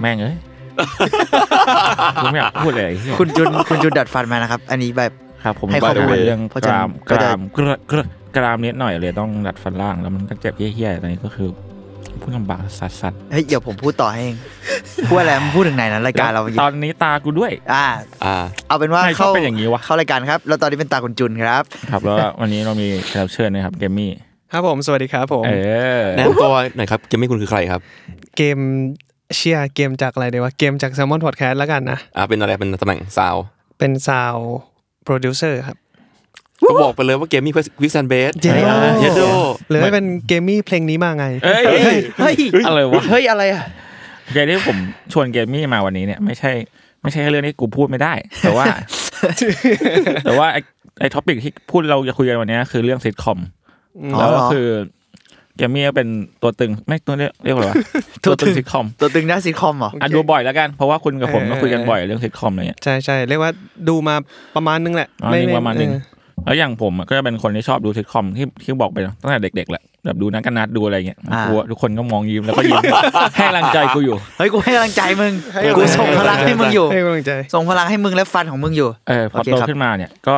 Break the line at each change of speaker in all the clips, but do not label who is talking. แม่งเอ้ย ผมไม่อยากพูดเลย
คุณจุนคุณจุนดัดฟันมานะครับ อันนี้แบบ
ครับผม
ให้ข้อมูล
ไปเรื่อง
เพราะ
ก
ฉะนั้
ราม
น
ก
ก็จะ
รามกระกระกรามนิดหน่อยเลยต้องดัดฟันล่างแล้วมันก็เจ็บเหี้ยๆตอนนี้ก็คือพูดลำบากสัสสัส
เฮ้ยเดี๋ยวผมพูดต่อให้เองพูดอะไรมึงพูดถึงไหนนะรายการเราอยู่
ตอนนี้ตากูด้วย
อ่า
อ่า
เอาเป็นว่า
ทำไมชอบ
เข้า
เป็นอย่างนี้วะ
เข้ารายการครับ แล้วตอนนี้เป็นตาคุณจุนครับ
ครับแล้ววันนี้เรามีแขกรับเชิญนะครับเกมมี่
ครับผม สวัสดีครับผม
เออ
แนะนำตัวหน่อยครับเกมมี่คุณคือใครครับ
เกมเชียร์เกมจากอะไรดีวะ เกมจากแซมมอนพอดแคสต์แล้วกันนะ
อ่าเป็นอะไรเป็นตำแหน่งสาว
เป็นซาวโปรดิวเซอร์ครับ
ก็บอกไปเลยว่าเกมมี่เพื่อวิกซันเบส
เย้
เยโด
หรือว่าเป็นเกมมี่เพลงนี้มาไง
เอ้ย
เฮ้ย
อะไรวะ
เฮ้ยอะไรอ่ะ
เกมที่ผมชวนเกมมี่มาวันนี้เนี่ยไม่ใช่ไม่ใช่เรื่องที่กูพูดไม่ได้ แต่ว่า แต่ว่าไอ้ไอ้ท็อปิกที่พูดเราจะคุยกันวันนี้คือเรื่องซิทคอม
อ๋อ
แล้ว
เหร
ก็
อ
คือเกมมี่ก็เป็นตัวตึงไม่ตัวเรียกเรียกว่าอะไรวะ
ตั
ตัว ว
ตึ
ตึ
ง
งซิทคอม
ตัวตึงด้านซีคอมเหรอ
อ่ะดูบ่อยแล้วกันเพราะว่าคุณกับผม
เออ
ก็คุยกันบ่อยเรื่องซิทคอมอะไรเงี้ย
ใช่ใช่เรียกว่าดูมาประมาณนึงแหละ
ประมาณนึงประมาณนึง
เออ
แล้วอย่างผมอะก็จะเป็นคนที่ชอบดูซิทคอมที่ที่บอกไปตั้งแต่เด็กๆแหละแบบดูนักกันนัดดูอะไรเงี้ยกลัวทุกคนก็มองยิ้มแล้วก็ยิ้ม ให้กำลังใจกูอยู่
เฮ้ยกูให้กำลังใจมึงกูส่งพลังให้มึงอยู่
ให้กำลังใจ
ส่งพลังให้มึงและฟันของมึงอยู่
เออพอ
โอเค
โต
ครับ
ขึ้นมาเนี่ยก็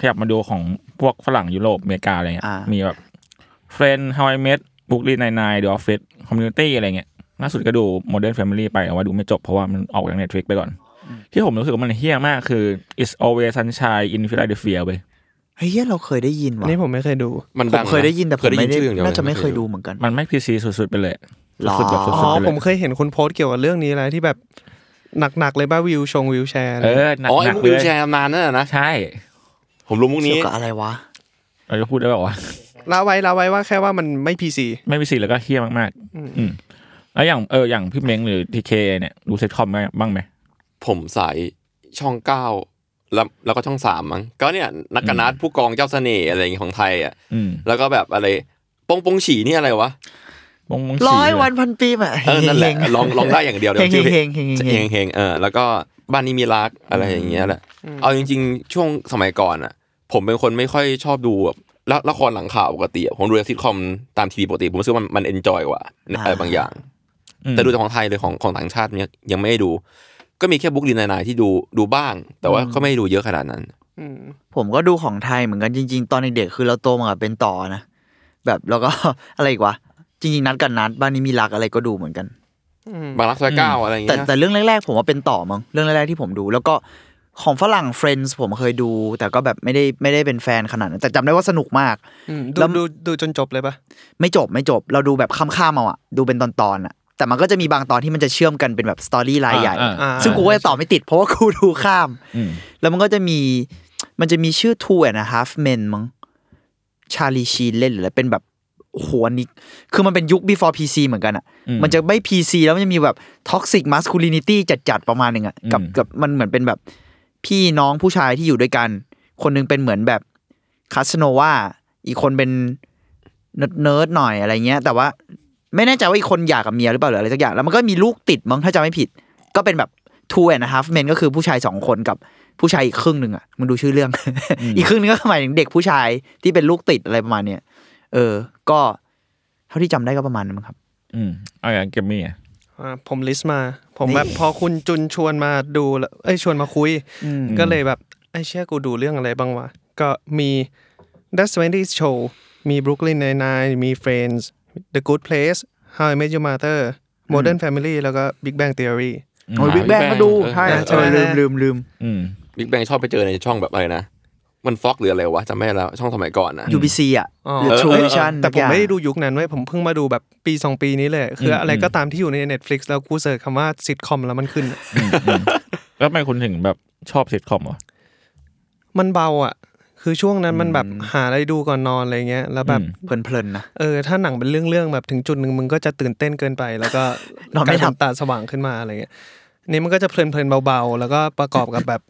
ขยับมาดูของพวกฝรั่งยุโรปอเมริกาอะไรเงี้ย
อ่ามี
มีแบบ Friend How I Met Brooklyn Nine-Nine The Office Community อะไรเงี้ยล่าสุดก็ดู Modern Family ไปแต่ว่าดูไม่จบเพราะว่ามันออกจาก Netflix ไปก่อน ที่ผมรู้สึกว่ามันเฮี้ยมากคือ It's Always Sunshine in Philadelphia เว้ย
เฮ้ยเราเคยได้ยินว่ะ
นี่ผมไม่เคยดู
มัน
ผ
ดัง
มเคยได้ยินแต่ผ
เค
มไม่ได้
ชื่ออย่งเยว
น่าจะไม่เคยดูเหมือนกัน
มันไม่พีซีสุดๆ ไปเลย
หรอ
สุดๆแบบสุ
อ๋
ดๆ
อ
ไปเล
ผ
ย
มเคยเห็นคุณโพสต์เกี่ยวกับเรื่องนี้แล้วที่แบบหนักๆเลยบ้าวิวชงวิวแชร์อะไร
เออหนัก
อ๋อไอ้
หนัก
มุก
เล
วิวย แชร์ตำนานนั่นน่ะนะ
ใช่
ผมรู้มุก
เกี่ย
นี้
วกับอะไรวะ
เราจะพูดได้แบบว่า
ละไว้ละไว้ว่าแค่ว่ามันไม่พีซี
ไม่มีสีแล้วก็เฮี้ยมากๆอืมแล้วอย่างเอออย่างพี่เม้งหรือทีเคเนี่ยดูเซตคอมบ้างไหม
ผมสายช่องเก้าแล้วแล้วก็ช่องสามมั้งก็เนี่ยนักกนัดผู้กองเจ้าเสน่ห์อะไรอย่างงี้ของไทยอ่ะ
อืม
แล้วก็แบบอะไรปงปงฉี่นี่อะไรวะ
มงมง
ร้อย
ฉี่
วันพันปีอ่ะ
เออนั่นแหละ
เฮงๆ
ลองลองได้อย่างเดียวเดี๋ยวชื่อเพลง
เฮงๆเฮงๆเฮงๆ
เฮงเฮงเออแล้วก็บ้านนี้มีรักอะไรอย่างเงี้ยแหละเอาจริง ๆ ช่วงสมัยก่อนอ่ะ ผมเป็นคนไม่ค่อยชอบดูแบบละละครหลังข่าวปกติอะผมดูซิทคอมตามทีวีปกติผมรู้สึกว่ามันมันเอนจอยกว่าอะไร
อ่า
บางอย่าง
อืม
แต่ดูแต่ของไทยเลยของของต่างชาติเนี่ยยังไม่ได้ดู ก็มีแค่บุ๊กลินนายที่ดูดูบ้าง แต่ว่าก็ไม่ได้ดูเยอะขนาดนั้น
อืม
ผมก็ดูของไทยเหมือนกันจริง ๆ ตอนเด็กๆคือเราโตมากับเป็นต่อนะ แบบแล้วก็ อะไรอีกวะ จริง ๆ นัดกันนัดบ้านนี้มีรักอะไรก็ดูเหมือนกัน
บางรักซอยเก้าอะไรอย่าง
แต่
เงี้ย
แต่เรื่องแรกๆผมว่าเป็นต่อมั้งเรื่องแรกๆที่ผมดู แล้วก็ของฝรั่ง Friends ผมเคยดู แต่ก็แบบไม่ได้ไม่ได้เป็นแฟนขนาดนั้นแต่จำได้ว่าสนุกมาก
อืม
แล้
ดู
ว
ดูดูจนจบเลยปะ
ไม่จบไม่จบ เราดูแบบข้ามๆเอาอะดูเป็นตอนๆอะแต่มันก็จะมีบางตอนที่มันจะเชื่อมกันเป็นแบบสตอรี่รายใหญ่
อ่าอ่า
ซึ่งกูก็จะตอบไม่ติดเพราะว่ากูดูข้าม
อืม
แล้วมันก็จะมี มันจะมีชื่อ Two and a Half Men มั้ง ชาลีชีนเล่นหรืออะไรเป็นแบบโอ้โหอันนี้คือมันเป็นยุค before PC เหมือนกันอ่ะ มันจะไม่ PC แล้วมันจะมีแบบ toxic masculinity จัดๆ ประมาณหนึ่งอ่ะ กับ
อืม
กับมันเหมือนเป็นแบบ พี่น้องผู้ชายที่อยู่ด้วยกัน คนหนึงเป็นเหมือนแบบคาสโนวาอีกคนเป็นเนิร์ดๆหน่อยอะไรเงี้ย แต่ว่าไม่แน่ใจว่าอีกคนหย่ากับเมียหรือเปล่าหรืออะไรสักอย่าง แล้วมันก็มีลูกติดมั้งถ้าจำไม่ผิด ก็เป็นแบบ two and a half men ก็คือผู้ชายสองคนกับผู้ชายอีกครึ่งหนึ่งอ่ะมึงดูชื่อเรื่อง อีกครึ่งหนึงก็หมายถึงเด็กผู้ชายที่เป็นลูกติดอะไรประมาณเนี้ยเอ เออ ก็เท่าที่จำได้ก็ประมาณนั้นมั้งครับ
อืมเอาอย่างเกมมี่อ่ะ
อ่าผมลิสต์มา ผมแบบพอคุณจุนชวนมาดูแล้วเอ้ยชวนมาคุย
อืม
ก็เลยแบบไอ้เชี่ยกูดูเรื่องอะไรบ้างวะ ก็มี That's 20 Show มี Brooklyn Nine-Nine มี Friends The Good Place How I Met Your Mother Modern Family แล้วก็ Big Bang Theory
โอ้ยบิ๊กแบง
Big Bang
ก็ดู
เออ
ใช่
ใช่
ใช่
ไหม
ลืมลืมลืม
อืม
บิ๊กแบงชอบไปเจอในช่องแบบอะไรนะ มันฟ็อกหรืออะไรวะจำไม่ได้แล้วช่องสมัยก่อนนะ
ยูบีซีอ่ะ
อ๋อ
หรือทรูวิชั่น
แต่ผมไม่ได้ดูยุคนั้นเว้ยผมเพิ่งมาดูแบบปี 2 ปีนี้เลย คือ
ม
อะไรก็
อืม
ตามที่อยู่ใน Netflix แล้วกูเสิร์ชคำว่าซิทคอมแล้วมันขึ้น
แล้วทำไมคุณถึงแบบชอบซิทคอมวะ
มันเบาอ่ะ คือช่วงนั้นมันแบบหาอะไรดูก่อนนอนอะไรเงี้ย แล้วแบบ
อืม
เพลินเพลินๆนะ
เออถ้าหนังเป็นเรื่องๆแบบถึงจุดหนึ่งมึงก็จะตื่นเต้นเกินไป แล้วก็
นอนไม่
กลาย
หลั
เป็
บ
นตาสว่างขึ้นมาอะไรเงี้ยนี่มันก็จะเพลินๆเบาๆ แล้วก็ประกอบกับแบบ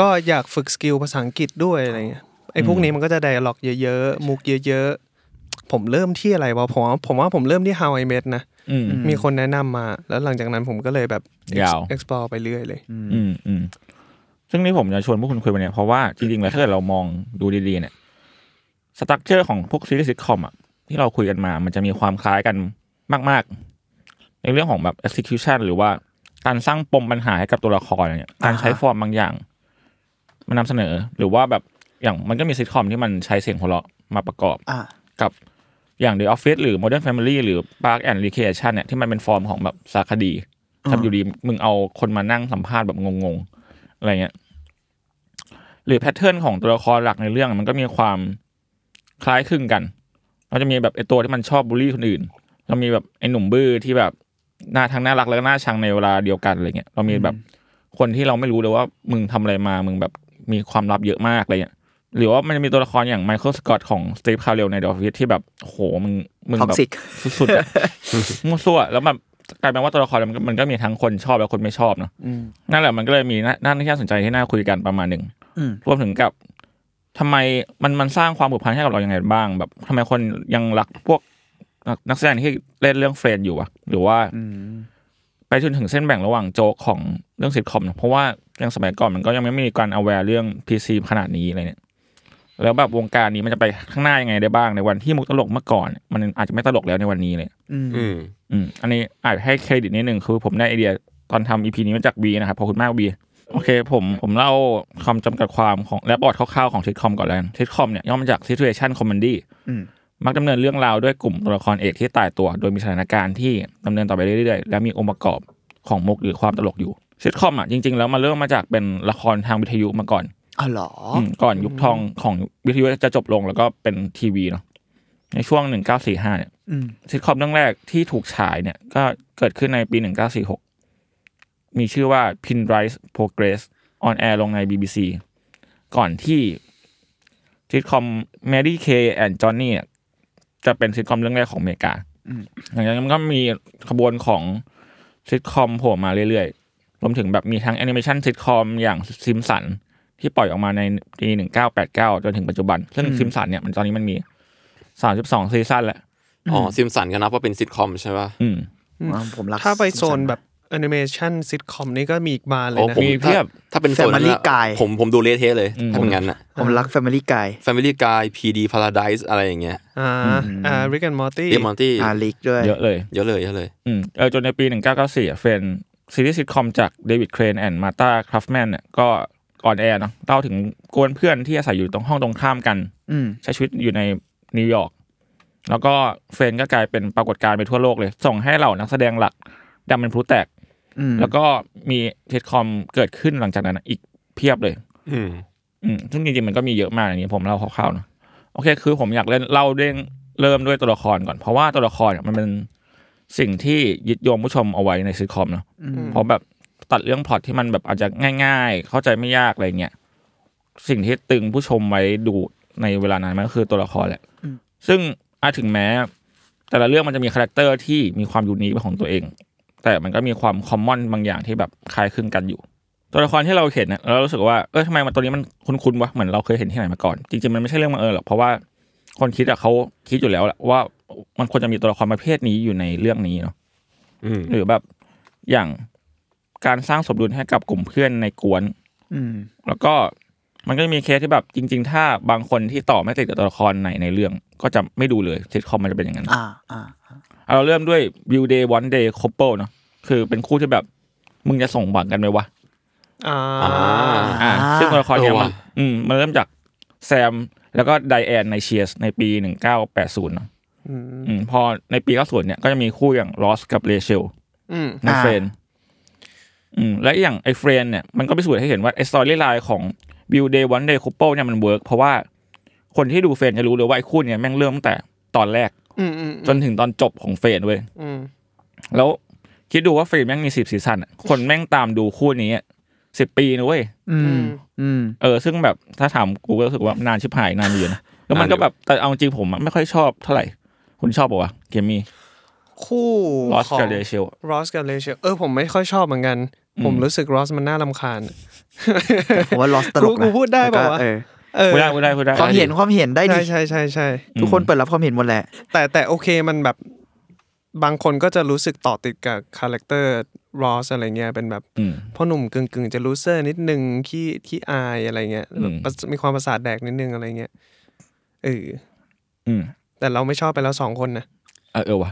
ก็อยากฝึกสกิลภาษาอังกฤษด้วยอะไรเงี้ยไอ้พวกนี้มันก็จะไดอะล็อกเยอะๆมุกเยอะๆผมเริ่มที่อะไรวะผมว่าผมว่าผมเริ่มที่ How I Met นะ
อืม
มีคนแนะนำมา แล้วหลังจากนั้นผมก็เลยแบบ ex-
ยาว
explore ไปเรื่อยเลย
อืมอืมซึ่งนี่ผมจะชวนพวกคุณคุยวันเนี้ยเพราะว่าจริงๆแล้วถ้าเกิดเรามองดูดีๆเนี่ยสตั๊กเจอร์ของพวกซีรีส์ซิทคอมอ่ะที่เราคุยกันมา มันจะมีความคล้ายกันมากๆ ในเรื่องของแบบ execution หรือว่าการสร้างปมปัญหาให้กับตัวละครอะไรเนี่ยการใช้ฟอร์มบางอย่าง มานำเสนอ หรือว่าแบบอย่างมันก็มีซิทคอมที่มันใช้เสียงหัวเราะมาประกอบ
อ่ะ
กับอย่าง The Office หรือ Modern Family หรือ Park and Recreation เนี่ยที่มันเป็นฟอร์มของแบบสารคดีครับอยู่ดีมึงเอาคนมานั่งสัมภาษณ์แบบงงๆ อะไรเงี้ยหรือแพทเทิร์นของตัวละครหลักในเรื่องมันก็มีความคล้ายคลึงกันเราจะมีแบบไอตัวที่มันชอบบูลลี่คนอื่น เรามีแบบไอหนุ่มบื้อที่แบบหน้าทั้งน่ารักแล้วก็น่าชังในเวลาเดียวกันอะไรเงี้ยเรามีแบบคนที่เราไม่รู้เลยว่ามึงทำอะไรมามึงแบบมีความลับเยอะมากอะไรเงี้ย หรือว่ามันจะมีตัวละครอย่างไมเคิลสกอตของสตี e คาเรลในดอฟฟิสที่แบบโหมึงมึง
ท็อก
แบบ
ซิก
สุดๆอะ มั่วซั่วแล้วแบบกลายเป็นว่าตัวละครมันก็มันก็มีทั้งคนชอบและคนไม่ชอบเนาะนั่นแหละมันก็เลยมีหน้าหน้าที่น่าสนใจที่น่าคุยกันประมาณหนึ่ง
อืม
รวมถึงกับทำไมมันมันสร้างความผูกพันให้กับเรายังไงบ้าง แบบทำไมคนยังรักพวกนักนักแสดงที่เล่นเรื่องเฟรนด์อยู่อะหรือว่า ไปจนถึงเส้นแบ่งระหว่างโจ๊กของเรื่องซิทคอมนะเพราะว่ายังสมัยก่อนมันก็ยังไม่มีการ aware เรื่อง PC ขนาดนี้อะไรเนี่ย แล้วแบบวงการนี้มันจะไปข้างหน้ายังไงได้บ้างในวันที่มุกตลกเมื่อก่อน มันอาจจะไม่ตลกแล้วในวันนี้เลย
อืม
อืมอันนี้อาจให้เครดิตนิดนึงคือผมได้ไอเดียตอนทำอีพีนี้มาจากบีนะครับขอบคุณมากบีโอเค ผมผมเล่าคำจำกัดความของและบอร์ดคร่าวๆของซิทคอมก่อนแล้วกันซิทคอมเนี่ยย่อมาจาก situation comedy
อืม
มักดำเนินเรื่องราวด้วยกลุ่มตัวละครเอกที่ตายตัว โดยมีสถานการณ์ที่ดำเนินต่อไปเรื่อยๆ และมีองค์ประกอบของมุกหรือความตลกอยู่ซิทคอมอ่ะจริงๆ แล้วมันเริ่มมาจากเป็นละครทางวิทยุมาก่อน
อ๋อเหรอ
มก่อนยุคทองของวิทยุจะจบลงแล้วก็เป็นทีวีเนาะในช่วง 1945เนี่ยซิทคอมเรื่องแรกที่ถูกฉายเนี่ย ก็เกิดขึ้นในปี 1946 มีชื่อว่า Pinrise Progress on air ลงใน BBC ก่อนที่ซิทคอม Mary Kay and Johnny เนี่ยจะเป็นซิทคอมเรื่องแรกของอเมริกาหลังจากนั้นมันก็มีขบวนของซิทคอมโผล่มาเรื่อยๆ รวมถึงแบบมีทั้งแอนิเมชันซิทคอมอย่างซิมสัน ที่ปล่อยออกมาในปีหนึ่งเก้าแปดเก้าจนถึงปัจจุบัน ซึ่งซิมสันเนี่ยมันตอนนี้มันมีสามสิบสองซีซั่นแล้ว
อ๋อซิมสันก็นับว่าเป็นซิทคอมใช่ป่ะ
อืม
ว้าวผมรัก
ถ้าไปโซน
สัม
แบบแอนิเมชันซิทคอมนี่ก็มีอีกบานเลย
โอ้
นะ
ผม
มีเพียบ
ถ้าถ้าเป็นโซนนั้น
Family
อะ
Guy
ผมผมดูเลเทะเลย ถ้าเป็นงั้นอ่ะ
ผมรักแฟมิลี่กาย
Family Guy PD Paradise อะไรอย่างเงี้ย
อ่าอ่าริกแอนมอร์ตี้
เดมอนตี้
อาลิกด้วย
เยอะเลย
เยอะเลยเยอะเลย
อืมเออจนในปีหนึ่งเก้าเก้าสี่เฟนซีรีส์ซิทคอมจากเดวิดเครนแอนด์มาตาคราฟแมนเนี่ยก็ก่อนแอร์เนาะเล่าถึงกวนเพื่อนที่อาศัยอยู่ตรงห้องตรงข้ามกัน
อืม
ใช้ชีวิตอยู่ในนิวยอร์ก แล้วก็เฟรนก็กลายเป็นปรากฏการณ์ไปทั่วโลกเลย ส่งให้เหล่านักแสดงหลักดำเป็นพลุแตก
อืม
แล้วก็มีซิทคอมเกิดขึ้นหลังจากนั้นอะอีกเพียบเลย
อืม
อืมซึ่งจริงๆ มันก็มีเยอะมากอย่างนี้ผมเล่าคร่าวๆเนอะโอเค คือผมอยากเล่นเล่าเรื่องเริ่มด้วยตัวละครก่อน เพราะว่าตัวละครเนี่ยมันเป็นสิ่งที่ยึดโยงผู้ชมเอาไว้ในซีคอมเนอะเพราะแบบตัดเรื่องพล็อตที่มันแบบอาจจะง่าย ๆ เข้าใจไม่ยากอะไรเงี้ยสิ่งที่ตึงผู้ชมไว้ดูในเวลานั้นมันก็คือตัวละครแหละซึ่งอาจถึงแม้ แต่ละเรื่องมันจะมีคาแรคเตอร์ที่มีความยูนิคเป็นของตัวเอง แต่มันก็มีความคอมมอนบางอย่างที่แบบคล้ายคลึงกันอยู่ ตัวละครที่เราเห็นเนี่ยเรารู้สึกว่าเออทำไมมันตัวนี้มันคุ้นๆวะเหมือนเราเคยเห็นที่ไหนมาก่อน จริงๆมันไม่ใช่เรื่องบังเอิญหรอกเพราะว่าคนคิดอะเขาคิดอยู่แล้วแหละว่ามันควรจะมีตัวละครประเภทนี้อยู่ในเรื่องนี้เนาะ
อืม
หรือแบบอย่างการสร้างสมดุลให้กับกลุ่มเพื่อนในกวน
อืม
แล้วก็ มันก็จะมีเคสที่แบบจริง ๆ ถ้าบางคนที่ต่อไม่ติดกับตัวละครไหนในเรื่อง ก็จะไม่ดูเลยซิทคอมมันจะเป็นอย่างนั้น
อ่าอ่า
เอาเราเริ่มด้วย View Day One Day Couple เนาะคือเป็นคู่ที่แบบมึงจะส่งหวังกันไหมวะ
อ่า
อ่า
อ่าซึ่งตัวละครเนี่ย
เอ
มั
อว่ะ
นอืมมันเริ่มจากแซมแล้วก็ไดแอนในเชียสในปี 1980เนาะ
อืม
อืมพอในปี 90เนี่ยก็จะมีคู่อย่างลอสกับเรเชล
อืม
ในเฟรนอืมและอย่างไอเฟรนเนี่ยมันก็พิสูจน์ให้เห็นว่าไอสตอรี่ไลน์ของ View Day One Day Couple เนี่ยมันเวิร์กเพราะว่าคนที่ดูเฟรนจะรู้เลยว่าไอคู่เนี่ยแม่งเริ่มตั้งแต่ตอนแรก
อืมอืม
จนถึงตอนจบของเฟรนเว้ย
อืม
แล้วคิดดูว่าฟิล์มแม่งมีสิบซีซั่นอะคนแม่งตามดูคู่นี้สิบปีนะเว้ย
อืมอืม
เออซึ่งแบบถ้าถามกูก็รู้สึกว่านานชิบหายนานอยู่นะแล้วมันก็แบบแต่เอาจริงผมอะไม่ค่อยชอบเท่าไหร่ คุณชอบปะวะเกมมี่
คู่
ลอส
ของ
กับเดเชล
รอสกับเลเชลเออผมไม่ค่อยชอบเหมือนกัน
อืม
ผมรู้สึกรอสมันน่าลำคาญ
ผมว่าลอสตลก
กู
นะ
พูดได้
แล้วก็
ปะวะ
เออ
เออ
พูดได้พูดได้พูดได้
ความเห็นความเห็นได้ดิ
ใช่ใช่ใช่ใช่
ทุกคนเปิดรับความเห็นหมดแหละ
แต่แต่โอเคมันแบบบางคนก็จะรู้สึกต่อติดกับคาแรคเตอร์รอสอะไรเงี้ยเป็นแบบ
อืม
พ่อหนุ่มกึ่งกึ่งๆจะรู้เซอร์นิดนึงขี้ขี้อายอะไรเงี้ยแบบ
อืม
ประสมีความประสาทแดกนิดนึงอะไรเงี้ยเออ
อืม
แต่เราไม่ชอบไปแล้วสองคนนะ
เออเออวะ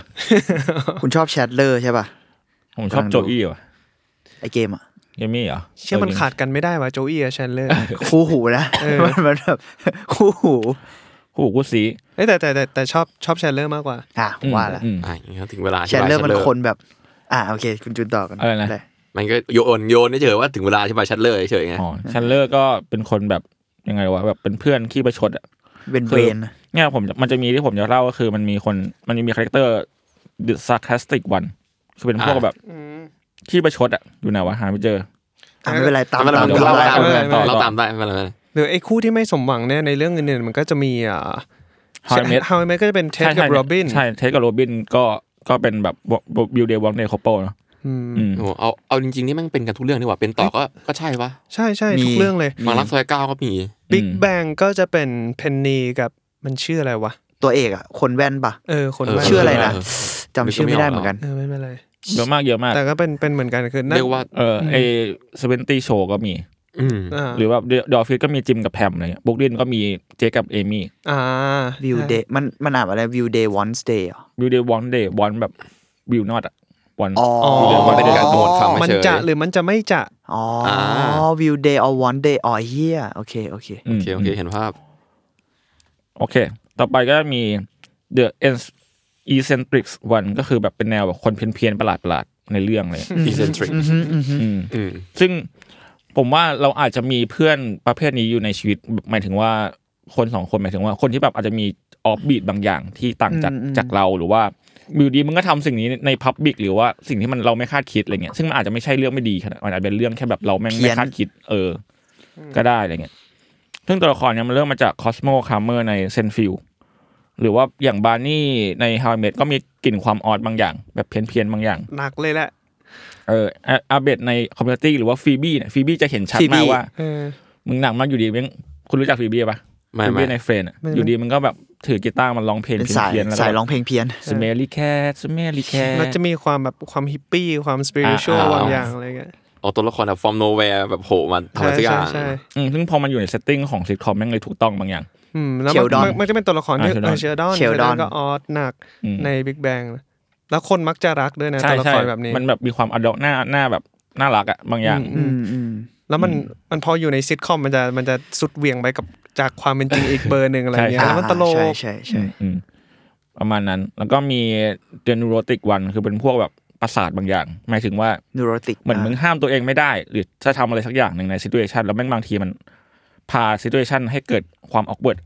คุณชอบแชทเลอร์ใช่ป่ะ
ผมชอบโจอี้วะ
ไอเกมอ่ะ
เกมมี่เหรอ
เชื่อมันขาดกันไม่ได้วะโจอี้กับแชนเลอร์
คู่หูนะ
เออ
มันมันแบบ คู่หู
คู่คู่สี
เอ้ยแต่แต่แต่แต่ชอบชอบแชนเลอร์มากกว่า
อ่ะผมว่าละ
อืม
อ่ะอย่างนี้ถึงเวลา
แชทเลอร์มัน
ธิบาย
คนแบบ อ่ะโอเค คุณจุนต่อกัน
อะไรนะ
ด้
มันก็โยนโยนเฉยๆว่าถึงเวลาใช่ป่ะชัดเลยเฉยๆไง
อ๋อชันเลอร์ก็เป็นคนแบบยังไงวะแบบเป็นเพื่อนขี้ประชดอะ
เป็น
คื
เว
อ
นนะ
เนี่ยผมมันจะมีที่ผมจะเล่าก็คือมันมีคนมันมีคาแรคเตอร์ the sarcastic one คือเป็นพวกแบบขี้ประชดอะอยู่ไหนวะหาไม่เจอ
อ่ะไม่เป็นไรตาม
ทำอะไร
ตาม
มัน
ต่อ
ตามตาม
เราตามได้เราตามได้ไม่เป็นไรไม่เป็นไร
หรือไอ้คู่ที่ไม่สมหวังเนี่ยในเรื่องอื่นๆมันก็จะมีอ่า
How I Met
ฮาวเมก็จะเป็นเท็ดกับโรบิน
ใช่เทสกับโรบินก็ก็เป็นแบบบิวเดย์วองเดย์คอปเปิลเนาะ
อืม
อืม
โอ้โหเอาเอาจริงๆนี่มันเป็นกันทุกเรื่องดีกว่าเป็นต่อก็ก็ใช่ปะ
ใช่ใช่ทุกเรื่องเลย
บางรักซอยเก้าก็มี
บิ๊กแบงก็จะเป็นเพนนีกับมันชื่ออะไรวะ
ตัวเอกอ่ะ คนแว่นปะ
เออ คน
เออ
ว่า
ชื่ออะไรนะ
เออ
จำชื่อไม่ได้เหมือนกัน
เออไม่เป็นไร
เยอะมากเยอะมาก
แต่ก็เป็นเป็นเหมือนกันคือนั่น
เรียกว่า
เออไอเซเวนตี้โชก็มี
อืม
อ่า
หรือว่าดอฟฟิศก็มีจิมกับแพมอะไรเงี้ยบุ๊กลินก็มีเจกับเอมี่
อ่า
วิวเดย์มันมันอ่านว่าอะไรวิวเดย์วอนสเดย์
บิวเดย์วองเดย์วอนแบบบิวนอตอะวอน
อ๋อ
อ๋อ
เรียกว่าเป็นการโหมดคำ
มัน
เฉย
จะหรือมันจะไม่จะ
อ๋อ
อ่า
วิวเดย์ออวอนเดย์อ๋อเฮียโอเคโอเค
โอเคโอเคเห็นภาพ
โอเค ต่อไปก็มี The Eccentric One ก็คือแบบเป็นแนวแบบคนเพี้ยนๆประหลาดๆ ในเรื่องเลย
eccentric
อืม
อืม
ซึ่งผมว่าเราอาจจะมีเพื่อนประเภทนี้อยู่ในชีวิต หมายถึงว่าคนสองคนหมายถึงว่าคนที่แบบอาจจะมีออฟบีดบางอย่างที่ต่างจาก
อืมอืม
จากเราหรือว่าอยู่ดีมึงก็ทำสิ่งนี้ในพับบิกหรือว่าสิ่งที่มันเราไม่คาดคิดอะไรเงี้ยซึ่งมันอาจจะไม่ใช่เรื่องไม่ดีขนาดมันอาจจะเป็นเรื่องแค่แบบเราแม่งไม่คาดคิด เออ ก็ได้อะไรเงี้ย ซึ่งตัวละครเนี่ยมันเริ่มมาจากคอสโมคาร์เมอร์ในเซนฟิลหรือว่าอย่างบาร์นี่ในฮาวเมดก็มีกลิ่นความออดบางอย่าง แบบเพี้ยนเพียนๆบางอย่าง
หนักเลยแหละ
เอออ่ะอาเบดในคอมมูนิตี้หรือว่าฟีบี้เนี่ยฟีบี้จะเห็นชัดมาก
Phoebe
ว่า
เออ
มึงหนักมากอยู่ดีมึงคุณรู้จักฟีบี้ปะ
ไม่
ฟี
ไม่
บี้ในเฟรนอะอยู่ดีมึงก็แบบถือกีตาร์มันร้องเพลง
เป็น
เพี้ยเพี
สาน ย
ยนๆแล้ว
สายร้องเพลงเพี้ยน
สเมลี่แคทสเมลี่แคท
มันจะมีความแบบความฮิปปี้ความสปิริชวล
อ่า
บางอย่างอะไรเงี้ย
เอาตัวละครแบบ from nowhere แบบโผล่มาทำอะไรสักอย่าง
ใช่
ซึ่งพอมันอยู่ในเซตติ้งของซิทคอมแม่งเลยถูกต้องบางอย่าง
อืมแล้ว
เช
มั
ลดอน
นมันมันจะเป็นตัวละครที่
อ่า
เออเชลดอน
เชลดอน
ก็ออสหนัก
อืม
ในบิ๊กแบงแล้วคนมักจะรักด้วยนะ
ใช่
ตัวละ
ใช่
ครแบบนี้
มันแบบมีความอดอกหน้าหน้าแบบน่ารักอะบางอย่าง
อืมอืม
แล้วมันมันพออยู่ในซิทคอมมันจะมันจะสุดเหวียงไปกับจากความเป็นจริงอีกเบอร์หนึ่งอะไรเงี้ย
ใช่
แล้วมันตล
ใช่
ก
ใช่ใช่
อืมประมาณนั้น แล้วก็มีเดนูโรติกวันคือเป็นพวกแบบประสาทบางอย่าง หมายถึงว่า
นูโรติก
เหมือนมึงห้ามตัวเองไม่ได้ หรือจะทำอะไรสักอย่างหนึ่งในซิ t u เ t ชันแล้วแม่งบางทีมันพาซิ t u เ t ชันให้เกิดความออกเบิด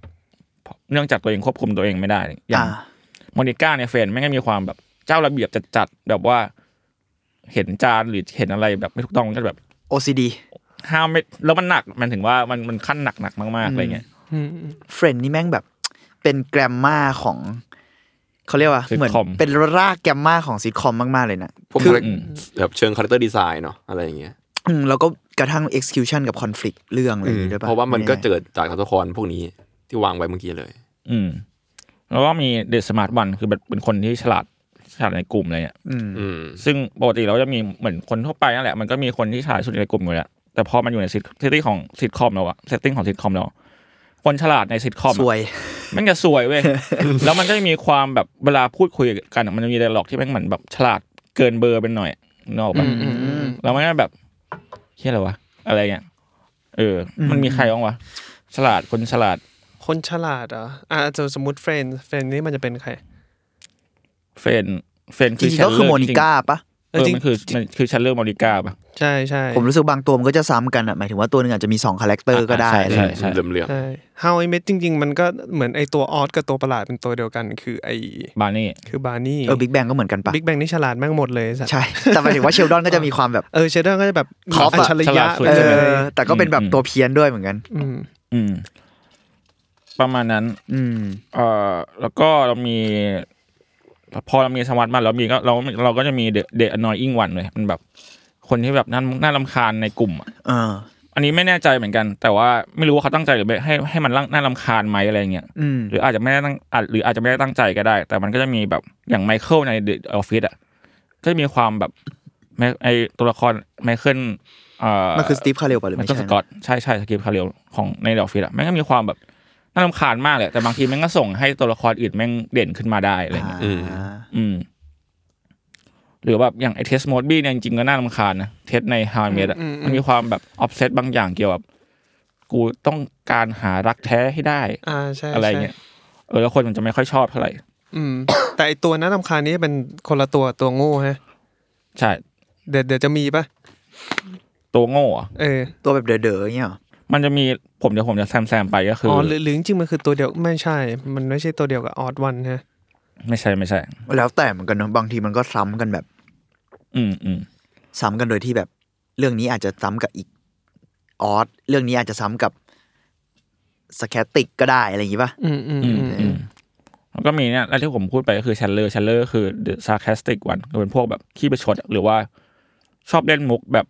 เนื่องจากตัวเองควบคุมตัวเองไม่ได้ อย่าง
อ่า
มอนิก้าเนี่ยเฟรนแม่งก็มีความแบบเจ้าระเบียบจัดจัดๆแบบว่าเห็นจานหรือเห็นอะไรแบบไม่ถูกต้องก็แบบ
OCD
ห้ามไม่แล้วมันหนักมันถึงว่ามันมันขั้นหนักหนักๆมากๆอะไรเงี้ย
อืม
เฟรนด์นี่แม่งแบบ เป็นแกรมมาของ เขาเรียกว่า
Sitcom
เหมือนเป็นรากแกรมมาของซิทคอมมากๆเลยนะ
พวก
คือ
อืม
แบบเชิง character design เนาะอะไรอย่างเงี้ย
อืมแล้วก็กระทั่ง execution กับ conflict เรื่องอะไรอย่างงี้ด้วยปะ
เพราะว่ามันก็
ไแ
เกิดจากตัวละครพวกนี้ที่วางไว้เมื่อกี้เลย
อืม แล้วก็มีเดสมาร์ทวันคือแบบเป็นคนที่ฉลาดฉลาดในกลุ่มอะไรเงี้ย
อืม
อืม
ซึ่งปกติเราจะมีเหมือนคนทั่วไปนั่นแหละมันก็มีคนที่ฉลาดที่สุดในกลุ่มอยู่แล้ว แต่พอมันอยู่ในซิทเซตติ้งของซิทคอมแล้วอะเซตติ้งของซิทคอมแล้วคนฉลาดในซิทคอม
สวย
แมันจะสวย เว้ย แล้วมันก็จะมีความแบบเวลาพูดคุยกันอะมันจะมีไดอะล็อกที่แม่งเหมือนแบบฉลาดเกินเบอร์เป็นหน่อยนกออกปะ
อืม
แล้วมันก็แบบเฮียอะไรวะ อะไรเงี้ยเออ มันมีใครบ้างวะ ฉลาดคนฉลาด
คนฉลาดเหรออ่ะอาจจะสมมติเฟรนเฟรนนี่มันจะเป็นใคร
เฟรนเฟรน
จริงๆก็คือโมนิก้าปะ
เออมันคือมันคือชันเลอร์โมนิก้าป่ะ
ใช่ใช่
ผมรู้สึกบางตัวมันก็จะซ้ำกันอะหมายถึงว่าตัวหนึงอาจจะมี2คาแรคเตอร์ก็ได้
ใช่
อะไร
ใช่
เงี้ย
เหลื่อมเหลื่อม
ใช่ How I Met จริง ๆ มันก็เหมือนไอตัวออสกับตัวประหลาดเป็นตัวเดียวกัน คือไอ
บาร์นี่
คือบาร์นี่
เออบิ๊กแบงก็เหมือนกันปะ
บิ๊กแบงนี่ฉลาดแม่งหมดเลยสัตว์
ใช่ แต่หมายถึงว่าเชลดอนก็จะมีความแบบ
เออเชเดอร์ก็จะแบบ
ขอบอะ
อัจฉริยะ
เอ
ไปเลย
อแต่ก็เป็นแบบตัวเพี้ยนด้วยเหมือนกัน
ม
อืม ประมาณนั้น
อืม
เอ่อ แล้วก็เรามี พอเรามีสวัสดมาแล้วมีก็เราเราก็จะมีเดอะนอยอิงวันเลยมันแบบ คนที่แบบน่าน่ารำคาญในกลุ่มอะ
เออ
อันนี้ไม่แน่ใจเหมือนกัน แต่ว่าไม่รู้ว่าเขาตั้งใจหรือไม่ให้ให้มันร่างน่ารำคาญไหมอะไรเงี้ย
อืม
หรืออาจจะไม่ได้ตั้งอาจหรืออาจจะไม่ได้ตั้งใจก็ได้ แต่มันก็จะมีแบบอย่างไมเคิลในเดอะออฟฟิศอ่ะก็จะมีความแบบไมไอตัวละครไมเคิลเอ่อ
มันคือสตีฟคาเรลปะหรือ
ไม
ไม่
เคิล
ใช่
สกอตใช่ใช่สกิปคาเรียวของในเดอะออฟฟิศอ่ะแม่งก็มีความแบบน่ารำคาญมากเลยแต่บางทีแม่งก็ส่งให้ตัวละครอื่นแม่งเด่นขึ้นมาได้อะไรเงี้ย
อ่า
อืม หรือแบบอย่างไอเทสโมดบี้เนี่ยจริงๆก็น่ารำคาญนะเทสในฮาวเมดอ่ะมันมีความแบบออฟเซตบางอย่างเกี่ยวกับ กูต้องการหารักแท้ให้ได้
อ่าใช่
อะไรเงี้ยเออแล้วคนมันจะไม่ค่อยชอบเท่าไหร่
อืม แต่ไอตัวน่ารำคาญนี่เป็นคนละตัวตัวโง่ฮะ
ใช่
เดี๋ยวเดี๋ยวจะมีปะ
ตัวโง่อะ
เออ
ตัวแบบเด๋อๆเงี้ยเหรอ
มันจะมีผมเดี๋ยวผมจะแซมแซมๆไปก็คือ
อ๋อ
อ
หรือหรือจริงๆมันคือตัวเดียวไม่ใช่ มันไม่ใช่ตัวเดียวกับออสวันฮะ
ไม่ใช่ไม่ใช่
แล้วแต่เหมือนกันเนอะบางทีมันก็ซ้ำกันแบบ
อืมอืม
ซ้ำกันโดยที่แบบ เรื่องนี้อาจจะซ้ำกับอีกออสเรื่องนี้อาจจะซ้ำกับสแคตติกก็ได้อะไรอย่างงี้ป่ะ
อืมอืม
อืม
อืม
อืมแล้วก็มีเนี่ยแล้วที่ผมพูดไปก็คือชันเลอร์ชันเลอร์คือเดอะซาร์แคสติกวันเป็นพวกแบบขี้ประชดหรือว่าชอบเล่นมุกแบบ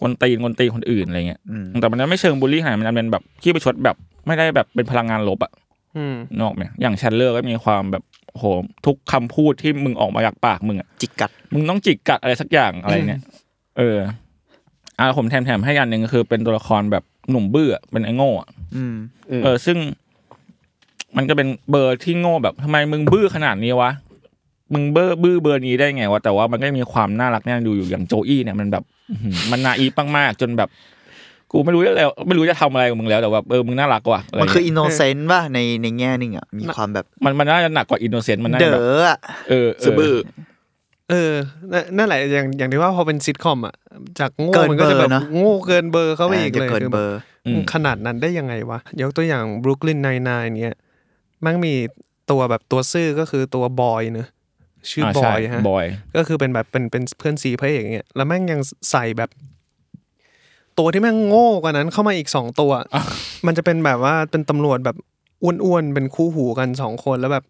กวนตีนกวนตีนคนอื่นอะไรเงี้ย
อืม
แต่มันไม่เชิงบูลลี่ขนาดนั้นมันเป็นแบบขี้ประชดแบบไม่ได้แบบเป็นพลังงานลบอะ
อืม
นกออกไหมอย่างชันเลอร์ก็มีความแบบโหทุกคำพูดที่มึงออกมาจากปากมึงอ่ะ
จิกกัด
มึงต้องจิกกัดอะไรสักอย่างอะไรเนี่ย เอออ่าผมแถมแถมให้อันหนึ่งก็คือเป็นตัวละครแบบหนุ่มเบื่อเป็นไอ้โง่อะ
อืม
เออ ซึ่ง มันก็เป็นเบอร์ที่โง่แบบทำไมมึงบื้อขนาดนี้วะมึงเบอร์บื้อเบอร์นี้ได้ไงวะแต่ว่ามันก็มีความน่ารักน่าดูอยู่อย่างโจอี้เนี่ยมันแบบอื้อหือมันนาอีฟมากๆจนแบบ กูไม่รู้จะแล้วไม่รู้จะทำอะไรกับมึงแล้วแต่แบบเออมึงน่ารักว่ะอะไร
มันคือ
เงี้ย
อินโนเซนต์ป่ะในในแง่หนึ่งอ่ะ มีความแบบ
มันมันน่าจะหนักกว่าอินโนเซนต์มันน่า
เด๋
จะแบบ
ออ่ะ
เออเออ
ซื่อบื้อ
เออนั่นนั่นแหละอย่างอย่างที่ว่าพอเป็นซิทคอมอ่ะจากโง่
เกิน
มันก็จะแบ
เบอ
บ
ร์เนอะ
โง่เกินเบอร์เข้าไปอีก
ดี๋
เล
วย เกิน
คือ
เบอร์
อืม
ขนาดนั้นได้ยังไงวะ ยกตัวอย่างบรุกลินไนนเนี่ยมันมีตัวแบบตัวซื่อก็คือตัวบอยเนอะชื่อบ
า
อย
ใช่
ฮะ
บอย
ก็คือเป็นแบบเป็นเป็นเพื่อนซีพระเอกเนี่ยแล้วแม่งยังใส่แบบ ตัวที่แม่งโง่กว่านั้นเข้ามาอีกสองตัว มันจะเป็นแบบว่าเป็นตำรวจแบบอ้วนๆเป็นคู่หูกันสองคนแล้วแบบ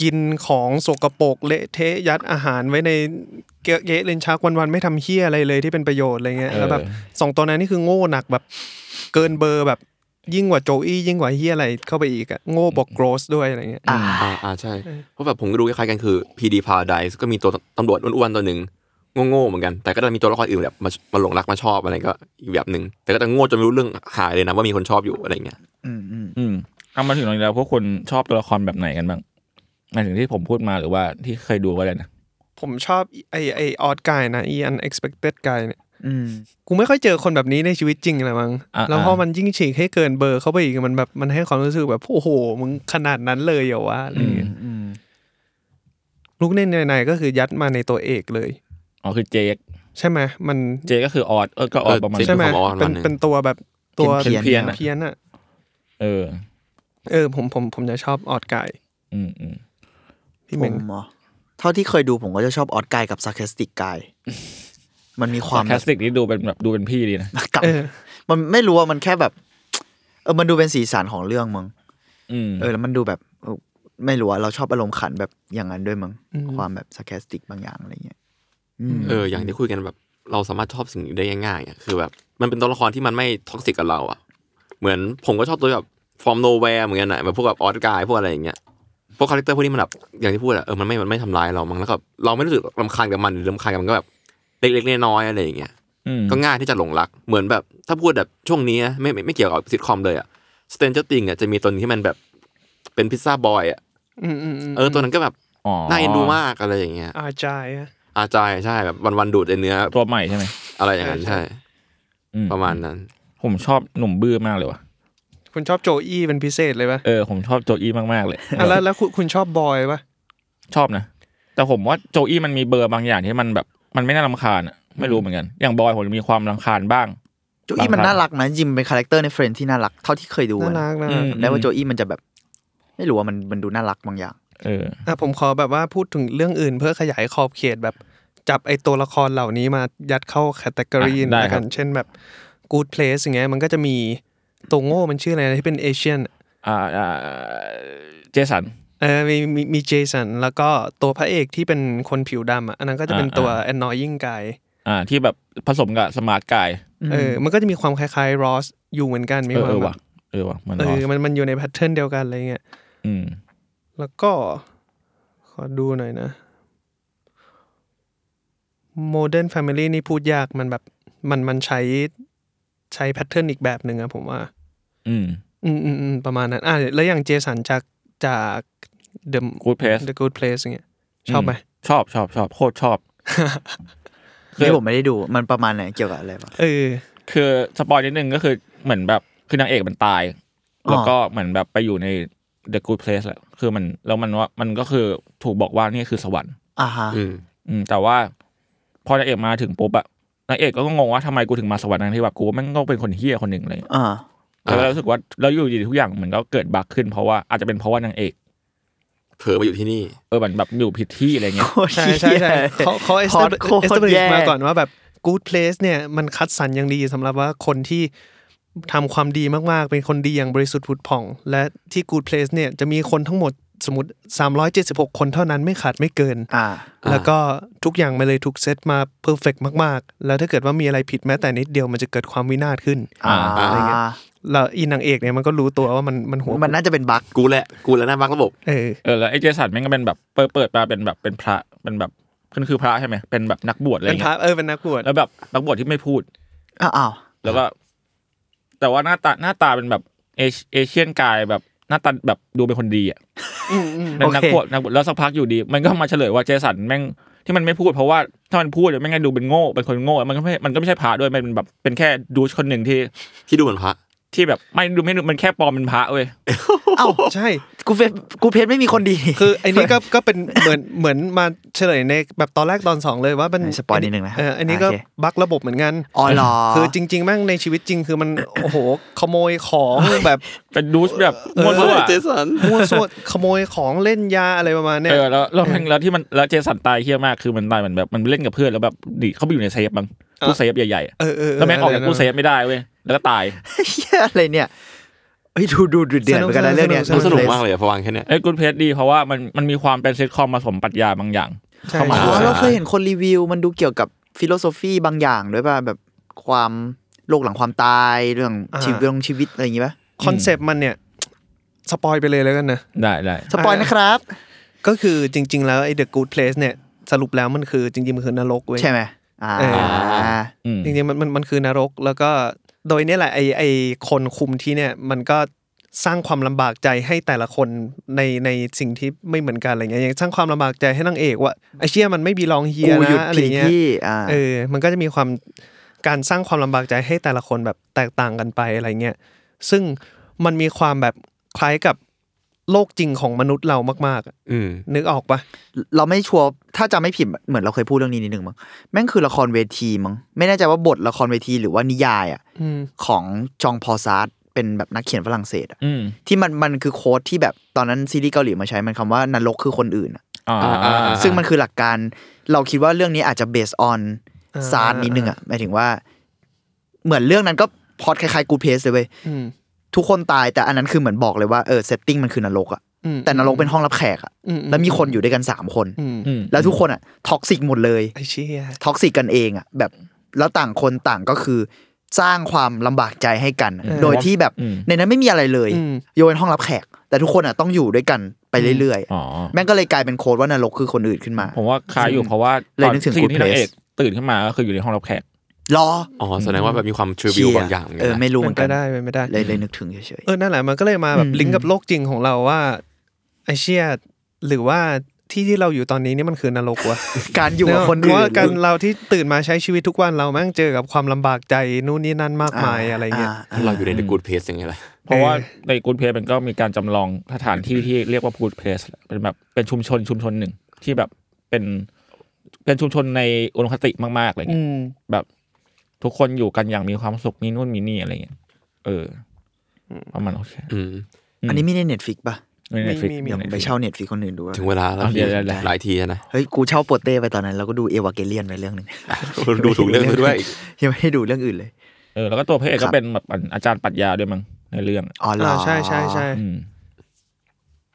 กินของสกปรกเละเทะยัดอาหารไว้ในเกะเกะเลนชักวันๆไม่ทำเฮี้ยอะไรเลยที่เป็นประโยชน์อะไรเงี้ย
เออ
แล้วแบบสองตัวนั้นนี่คือโง่หนักแบบ เกินเบอร์แบบยิ่งกว่าโจอี้ยิ่งกว่าเฮี้ยอะไรเข้าไปอีกอะโง่บอกโกรสด้วยอะไรเงี้ย
อ่า
อ่าอ่าใช่ เพราะแบบผมก็ดูคล้ายๆกันคือ PD Paradise ก็มีตัวตำรวจอ้วนๆตัวหนึ่งโง่ๆเหมือนกัน แต่ก็จะมีตัวละครอื่นแบบมามาหลงรักมาชอบอะไรก็อีกแบบหนึ่งแต่ก็จะโง่จนไม่รู้เรื่องหายเลยนะว่ามีคนชอบอยู่อะไรเงี้ย
อืมอืม
อืมเอามาถึงตรงนี้แล้วพวกคุณชอบตัวละครแบบไหนกันบ้างหมายถึงที่ผมพูดมาหรือว่าที่เคยดูก็ได้นะ
ผมชอบไอไอออดกายนะอีอันเอ็กซ์เพคเต็ดกายเนี่ย
อืม
กูไม่ค่อยเจอคนแบบนี้ในชีวิตจริงเลยมั้ง
อ่า
แล้ว
อ่า
พอมันยิ่งฉีกให้เกินเบอร์เข้าไปอีกมันแบบมันให้ความรู้สึกแบบโอ้โหมึงขนาดนั้นเลยเหรอวะอะไรเงี้ย
อืม
ลูกเน่นในๆก็คือยัดมาในตัวเอกเลย
อ๋อคือเจค
ใช่ไหมมัน
เจคก็คือออดเออก็ออดประมาณ
ใช่ไหม
นั้น
เป็นเป็นตัวแบบตัว
เพี้ยน
เพี้
เพีย
ย
น
น
ๆอะ
เพี้ยนอะ
เออ
เออผมผมผมจะชอบออดกาย
อืมอืม
พี่
ผ
เมง
มเหรอเท่าที่เคยดูผมก็จะชอบออสกายกับซา r c คสติก กาย มันมีความ
แค
แบบ
สติกนี่ดูเป็นแบบดูเป็นพี่ดีนะ
กับ
เออ
มันไม่รู้ว่ามันแค่แบบ เออมันดูเป็นสีสันของเรื่องมั้ง
อืม
เออแล้วมันดูแบบเออไม่รู้ว่าเราชอบอารมณ์ขันแบบอย่างนั้นด้วยมั้งความแบบสแคสติกบางอย่างอะไรเงี้ยอืม
เอออย่างที่คุยกันแบบเราสามารถชอบสิ่งนี้ได้ง่ายๆอ่ะคือแบบมันเป็นตัวละครที่มันไม่ท็อกซิกกับเราอ่ะเหมือนผมก็ชอบตัวแบบฟอร์มโนแวร์เหมือนกันอะแบบพวกแบบออสกายพวกอะไรอย่างเงี้ยพวกคาแรคเตอร์พวกนี้มันแบบอย่างที่พูดอะเออมันไม่มันไม่ทำร้ายเรามั้งแล้วก็เราไม่รู้สึกรำคาญกับมันหรือรำคาญกับมันก็แบบเล็กๆน้อยๆอะไรอย่างเงี้ย
อืม
ก็ง่ายที่จะหลงรัก เหมือนแบบถ้าพูดแบบช่วงนี้นะไม่ไม่ไม่เกี่ยวกับซิทคอมเลยอะสเตนเจอร์ติงเนี่ยจะมีตัวหนงที่มันแบบเป็นพิซซ่าบอยอะ
อืมอืมอืม
เออตัวนั้นก็แบบ
อ๋อ
น่าเอ็นดูมากอะไรอย่างเงี้ย
อาจายอะ
อาจายใช่แบบวันวันๆดูดแต่เนื้อ
ตัวใหม่ใช่ไหม
อะไรอย่างนั้นใช่
อื
ประมาณนั้น
ผมชอบหนุ่มบื้อมากเลยว่ะ
คุณชอบโจอี้เป็นพิเศษเลยปะ
เออผมชอบโจอี้มากๆเลย
อ่ะแล้วแล้วคุณคุณชอบบอยปะ
ชอบนะ แต่ผมว่าโจอี้มันมีเบอร์บางอย่างที่มันแบบมันไม่น่ารำคาญอะไม่รู้เหมือนกัน อย่างบอยผมมีความรำคาญบ้าง
โจอี้มัน
บางครั้ง
น่ารักนะจิมเป็นคาแรคเตอร์ในเฟรนด์ที่น่ารักเท่าที่เคยดู
น่า
นะ
รักนะ
อืม
ได้ว่าโจอี้มันจะแบบ ไม่รู้ว่ามันมันดูน่ารักบางอย่าง
เออ
อ่ะผมขอแบบว่าพูดถึงเรื่องอื่นเพื่อขยายขอบเขตแบบจับไอตัวละครเหล่านี้มายัดเข้าแคตตากรี
อ่ะได้
นะ
ค
ค
รั
รับ บเช่นแบบ good place อย่างเงี้ยมันก็จะมีตัวโง่มันชื่ออะไรนะที่เป็นเอเชียน
อ่าอ่าเจสัน
เออมีมีมีเจสันแล้วก็ตัวพระเอกที่เป็นคนผิวดำอ่ะอันนั้นก็จะเป็น
อ่า
ตัว annoying guy
อ่า ที่แบบผสมกับสมาร์ทกาย
เออมันก็จะมีความคล้ายๆ Ross อยู่เหมือนกันมี
เออ
ควา
เอ
ม
อ
แบ
ว่ะ
บ
เออว่ะมัน
เอ
รอ
อมันมันอยู่ในแพทเทิร์นเดียวกันอะไรเงี้ย
อืม
แล้วก็ ขอดูหน่อยนะ Modern Family นี่พูดยากมันแบบมันมันใช้ใช้แพทเทิร์นอีกแบบหนึ่งอะผมว่า
อืม
อืมอืมอืมประมาณนั้นอ่ะแล้วอย่างเจสันจากจาก The
กูดเพส
The Good Place อย่างเงี้ยชอบไหม
ชอบชอบชอบโคตรชอบ
นี่ผมไม่ได้ดูมันประมาณไหนเกี่ยวกับอะไรปะ
เออ
คือสปอยนิดนึงก็คือเหมือนแบบคือนางเอกมันตาย
อ๋อ
แล้วก็เหมือนแบบไปอยู่ใน The Good Place แหละคือมันแล้วมันว่ามันก็คือถูกบอกว่านี่คือสวรรค์
อ่าฮะ
อืม
อืมแต่ว่าพอนางเอกมาถึงปุ๊บอะนางเอกก็งงว่าทำไมกูถึงมาสวรรค์ทั้งที่แบบกูแม่งก็เป็นคนเฮี้ยคนหนึ่งอะไรอย่างเลย
อ่า
แล้ว
อ่า
เรารู้สึกว่าแล้วอยู่ดีๆทุกอย่างมันก็เกิดบั๊กขึ้นเพราะว่าอาจจะเป็นเพราะว่านางเอก
เผลอมาอยู่ที่นี่
เออเหมือนแบบอยู่ผิดที่อะไรเงี้ย
ใช่ใช่ใช่เขาเขาเอสเตอร์
โค
เอส
ต
เต
ร
อร์
แย่
มาก่อนว่าแบบ good place เนี่ยมันคัดสรรอย่างดีสำหรับว่าคนที่ทำความดีมากๆ เป็นคนดีอย่างบริสุทธิ์ผุดผ่อง และที่ good place เนี่ยจะมีคนทั้งหมดสมมติ 376 คนเท่านั้นไม่ขาดไม่เกิน
อ่า
แล้วก็ทุกอย่างมาเลยถูกเซตมาเพอร์เฟกมากๆ แล้วถ้าเกิดว่ามีอะไรผิดแม้แต่นิดเดียวมันจะเกิดความวินาศขึ้น
อ่า
อ่า
แล้วอีนางเอกเนี่ยมันก็รู้ตัวว่ามันมันหัว
มันน่าจะเป็นบั๊ก
กูแหละ กูแหละหน้าบักระบบ
เออ
เออแล้วไอ้เจสันแม่งก็เป็นแบบเปิดเปิดมาเป็นแบบเป็นพระเป็นแบบคือคือพระใช่ไหมเป็นแบบนักบวชอะไร
เป็นพ
เงี้
ระ
ย
เออเป็นนักบวช
แล้วแบบนักบวชที่ไม่พูด
อ้าวอ้าว
แล้วก็ แต่ว่าหน้าตาหน้าตาเป็นแบบเอเชเอเชียนกายแบบหน้าตาแบบดูเป็นคนดีอ่ะเป็นนักบวชนักบวชแล้วสักพักอยู่ดี มันก็มาเฉลยว่าเจสันแม่งที่มันไม่พูดเพราะว่าถ้ามันพูดเดี๋ยวแม่งก็ดูเป็นโง่เป็นคนโง่มันก็ไม่มันก็ไม่ใช่พระด้วยมันเป็นแบบเป็นแค่ดูชคนหนึ่งที่
ที่ดูเหมือนพระ
ที่แบบไม่ดูไม่ดูมันแค่ปลอมเป็นพระเว้ย
อ้าว
ใช่
กูเพจกูเพจไม่มีคนดี
คือไอ้นี่ก็ก็เป็นเหมือนเหมือนมาเฉลยในแบบตอนแรกตอนสองเลยว่ามัน
ไหนสปอยนิดนึงนะ
เอออันนี้ก็
โอเค
บั๊กระบบเหมือนกัน
อ๋อเหรอ
คือจริงๆแม่งในชีวิตจริงคือมัน โอ้โหขโมยของ แบบ
เป็นดูชแบบมั่วซั่ว
เจสัน
มั่วซั่วขโมยของเล่นยาอะไรประมาณเนี้ย
เออแล้วแล้วแม่งแล้วที่มันแล้วเจสันตายเฮี้ยมากคือมันตายเหมือนแบบมันเล่นกับเพื่อนแล้วแบบดิเขาไปอยู่ในเซฟบางตู้เซฟใหญ่ๆอะ
เออเออ
แล้วแม่งออกจากตู้เซฟไม่ได้เว้ยแล้วก็ตาย
เฮีย อะไรเนี่ยเฮ้ยดูดูดูเดือดเหมือนกันนะเรื่องเนี้ย
กูสนุกมากเลยอะพอฟังแค่เนี้ย
เอ้ยกุณเพชรดีเพราะว่ามันมันมีความเป็นซิทคอมผสมปรัชญาบางอย่าง
ใช่
เข้ามา
อ๋อ
อ่า
เราเคยเห็นคนรีวิวมันดูเกี่ยวกับฟิโลโซฟีบางอย่างด้วยป่ะแบบความโลกหลังความตายเรื่องชีวิตเรื่องชีวิตอะไรอย่างงี้ป่ะ
คอนเซปต์มันเนี่ยสปอยไปเลยแล้วกันนะ
ได้ได้
สปอยล์นะครับ
ก็คือจริง ๆ แล้วไอ้ The Good Place เนี่ยสรุปแล้วมันคือจริงๆมันคือนรกเว้ย
ใช่ไหมอ่า
เอ
อืม
จริงๆมันมันมันคือนรกแล้วก็โดยเนี่ยแหละไอไอคนคุมที่เนี่ยมันก็สร้างความลำบากใจให้แต่ละคนในในสิ่งที่ไม่เหมือนกันอะไรเงี้ยอย่างสร้างความลำบากใจให้นางเอกว่าไอเชี่ยมันไม่บีลองเฮีย
กูหยุด
นะอะไร
ผิด
เงี้ย
ที่อ่า
เออมันก็จะมีความการสร้างความลำบากใจให้แต่ละคนแบบแตกต่างกันไปอะไรเงี้ยซึ่งมันมีความแบบคล้ายกับโลกจริงของมนุษย์เรามากๆอะ
อืม
นึกออกปะ
เราไม่ชัวร์ถ้าจำไม่ผิดเหมือนเราเคยพูดเรื่องนี้นิดนึงมั้งแม่งคือละครเวทีมั้งไม่แน่ใจว่าบทละครเวทีหรือว่านิยายอ่ะ
อืม
ของจองพอซาร์ดเป็นแบบนักเขียนฝรั่งเศสอะ
อืม
ที่มันมันคือโค้ดที่แบบตอนนั้นซีรีส์เกาหลีมาใช้มันคำว่านรกคือคนอื่นอะ
อ่า
อ่า
ซึ่งมันคือหลักการเราคิดว่าเรื่องนี้อาจจะ based on ซาร์นิดนึงอ่ะหมายถึงว่า เหมือนเรื่องนั้นก็พล็อดคล้ายๆกูเพสเลยเว้ย
อืม
ทุกคนตายแต่อันนั้นคือเหมือนบอกเลยว่าเออเซตติ้งมันคือนรกอ่ะ
อืม
แต่นรกเป็นห้องรับแขกอ่ะ
อือื
แล้วมีคนอยู่ด้วยกันสามคน
อืม
อืม
แล้วทุกคนอ่ะท็อกซิกหมดเลย
ไอเชี่ย
ท็อกซิกกันเองอ่ะแบบแล้วต่างคนต่างก็คือ สร้างความลำบากใจให้กันอะ
เออ
โดยที่แบบ
อืม
ในนั้นไม่มีอะไรเลย
อืม
โยนห้องรับแขก แต่ทุกคนอ่ะต้องอยู่ด้วยกันไปเรื่อย
อ๋อ
ๆแม่งก็เลยกลายเป็นโค้ดว่านรกคือคนอื่นขึ้นมา
ผมว่าคล้ายอยู่เพราะว่า
เลยนึกถึง
สิ่งที่
Good
นาง
Place
เอกตื่นขึ้นมาก็คืออยู่ในห้องรับแขก
รอ
อ๋อแสดงว่าแบบมีความทริวิวบางอย่างหมืน
เอ
กัน
อ
นะ
ไม่รู้เห
มั
มือ
น
นกั
ก็
น
ได้มันไม่ได้
เลยเลยนึกถึงเฉย
เออนั่นแหละมันก็เลยมาแบบลิงก์กับโลกจริงของเราว่าไอเชียหรือว่าที่ที่เราอยู่ตอนนี้นี่มันคือนรกวะ
ๆ การอยู่กับคน
เพ
อื่น
ราะว่าการเราที่ตื่นมาใช้ชีวิตทุกวันเราแม่งเจอกับความลำบากใจนู่นนี่นั่นมากมายอะไรเงี้ย
อ่า
เราอยู่ใน The Good Place อย่างเงี้ยแหละ
เพราะว่าในกูดเพลสมันก็มีการจำลองสถานที่ที่เรียกว่ากูดเพลสเป็นแบบเป็นชุมชนชุมชนหนึ่งที่แบบเป็นเป็นชุมชนในอุดมคติมากๆอะไรเงี้ย
อืม
แบบทุกคนอยู่กันอย่างมีความสุขมีนู่นมีนี่อะไรเงี้ย เอออประมาณโอเค
อืม
ม
อันนี้มีในเน็ตฟิกป่ะ
ในเน็ตฟลิก
มี
เดี๋ยวผมไปเช่าเน็ตฟิกคนอื่นดูว่า
ถึงเวลาแล้ว
เอาเดี๋ยวๆๆ
หลายทีแล้วนะ
เฮ้ยกูเช่าโปเต้ไปตอนนั้นเราก็ดูเอวาเกเลียนไปเรื่องห นึ่ง
ดูถูกเรื่องไปด้วย
ยังไม่ได้ดูเรื่องอื่นเลย
เออแล้วก็ตัวพระเอกก็เป็นแบบอาจารย์ปรัชญาด้วยมั้งในเรื่อง
อ๋อเหรอ
อ่า
อ
ใช่ใช่ใช่
อืม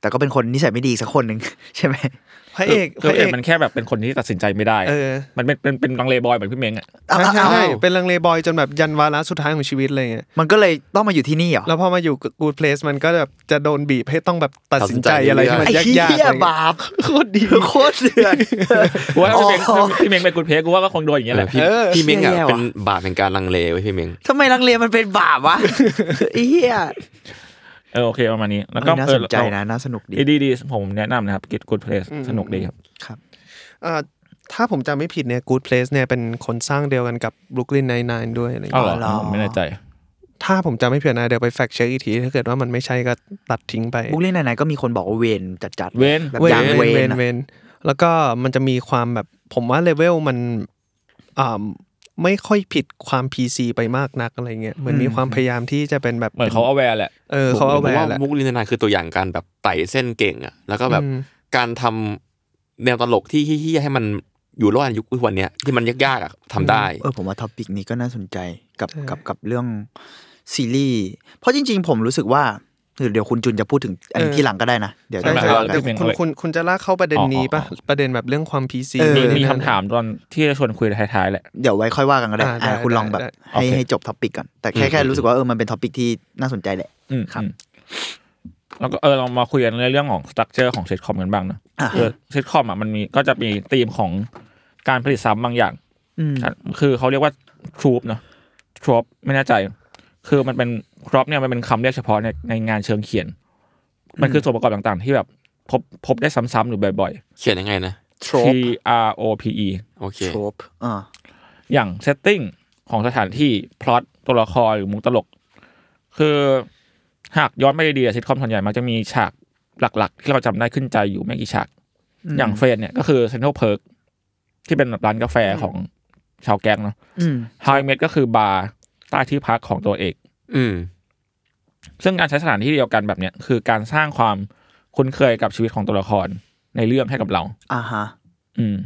แต่ก็เป็นคนนิสัยไม่ดีสักคนหนึ่ง ใช่ไหม
พระเอก
คื
พ
อ
ระ
เอ
เอก ก
มันแค่แบบเป็นคนที่ตัดสินใจไม่ได้
เออ
มันเป็นเป็นเป็นลังเลบอยเหมือนพี่เม้งอ่ะ
อ้าว
ใช่ใช่
อ้าว
ใช่เป็นลังเลบอยจนแบบยันวาระสุดท้ายของชีวิตอะไรเงี้ย
มันก็เลยต้องมาอยู่ที่นี่เหรอ
แล้วพอมาอยู่กูดเพลสมันก็แบบจะโดนบีบให้ต้องแบบตัดสินใจ
ตัดสินใจ
อะไรที่มัน
ไอ้
ยาก
เหี้ย
ๆอะไรเงี้ย
บาปโคตรดีโคตรเดือด
กูว่าถ้าพี่เม้ง
อ๋อ
ถ้าพี่เม้งเป็นกุดเพลสกูว่าก็คงโดนอย่างเงี้ยแหละ
พี่พี่เม้งอะ
แย่ว่ะ
เป็นบาปแห่งการลังเลไว้ยพี่เม้ง
ทำไมลังเลมันเป็นบาปวะ ไอ้เหี้ย
เออโอเคประมาณนี้ แล้วก็
เออ
เอ
น่าส
อน
ใจนะน่าสนุกดี
ดีดีดีผมแนะนำนะครับกิจกุดเพลสสนุกดีครับ
เอ่อถ้าผมจำไม่ผิดเนี่ยกูดเพลสเนี่ยเป็นคนสร้างเดียวกันกับบรุกลินไนน์ด้วยอะไร
เอ้า
เงี้ย
เหร
เหร
อ
อ
ผมไม่แน่ใจ
ถ้าผมจำไม่ผิดนะเดี๋ยวไปแฟกเช็คอีกทีถ้าเกิดว่ามันไม่ใช่ก็ตัดทิ้งไป
บุกเล่นไหนๆก็มีคนบอกว่าเวนจัดๆ
เวน
แบบ
เว้
อน ยาง
เว้
เวน
เว้
น
น
อะ
เว้นแล้วก็มันจะมีความแบบผมว่าเลเวลมันอ่าไม่ค่อยผิดความ PC ไปมากนักอะไรเงี้ยเหมือนมีความพยายามที่จะเป็นแบบ
เหมือนเขาเอาแวร์แหละ
เออเขาเอาแว
ผมว่า
ร์แหละ
มุกลินานายคือตัวอย่างการแบบไต่เส้นเก่งอะแล้วก็แบบ
อืม
การทำแนวตลกที่เฮี้ยๆให้มันอยู่รอดในยุคทุกวันเนี้ยที่มันยากๆอะทำได้
เออผมว่าท็อปิกนี้ก็น่าสนใจกับกับกับเรื่องซีรีส์เพราะจริง ๆ ผมรู้สึกว่าหรือเดี๋ยวคุณจุนจะพูดถึงอันนี้
เออ
ที่หลังก็ได้นะ เดี๋ยว
ใช่
จะ
ใช่
พูด
แล้
กั
เดี๋ย
แต่
ว
น
ป็น
คุณคุณคุณจะลากเข้าประเด็นนี้ปะ
อ๋ออ๋อ
ประเด็นแบบเรื่องความ PC
เออ
มี
นู่น
มี
นี่นั่น
คำถามตอนที่จะชวนคุยท้ายๆแหละ
เดี๋ยวไว้ค่อยว่ากันก็ได้
อ่าได้
อ่าคุณลองแบบ
ได้
โอเค
ให้ให้จบท็อปิกก่อนแต่แค่แค่รู้สึกว่าเออมันเป็นท็อปิกที่น่าสนใจแหละ
อืม
ครับ
อืมแล้วก็เออเรามาคุยกันในเรื่องของสตั๊กเจอร์ของเซตคอมกันบ้างเนอะ
อ่ะ
เออเซตคอมอ่ะมันมีก็จะมีธีมของการผลิตซ้ำบางอย่าง
อืม
คือเขาเรียกว่าทรูปเนาะทรูปไม่แน่ใจ คือมันเป็นครอปเนี่ยมันเป็นคำเรียกเฉพาะในในงานเชิงเขียน มันคือส่วนประกอบต่างๆ ที่แบบพบพบได้ซ้ำๆอยู่บ่อย
เขียนยังไงนะ
โทร
ๆ T
ป
R O P E
โอเค
โทรปอ่า
อย่างเซตติ้งของสถานที่พล็อตตัวละครหรือมุกตลก คือหากย้อนไปดีๆอะซิทคอมส่วนใหญ่มันจะมีฉากหลักๆ ที่เราจำได้ขึ้นใจอยู่ไม่กี่ฉาก อย่างเฟรนเนี่ยก็คือเซนทรัลเพิร์กที่เป็นแบบร้านกาแฟของชาวแก๊งเนาะ
อืม
ไฮเมดก็คือบาร์ใต้ที่พักของตัวเอก
อืม
ซึ่งการใช้สถานที่เดียวกันแบบเนี้ยคือการสร้างความคุ้นเคยกับชีวิตของตัวละครในเรื่องให้กับเรา
อ่าฮะ
อืม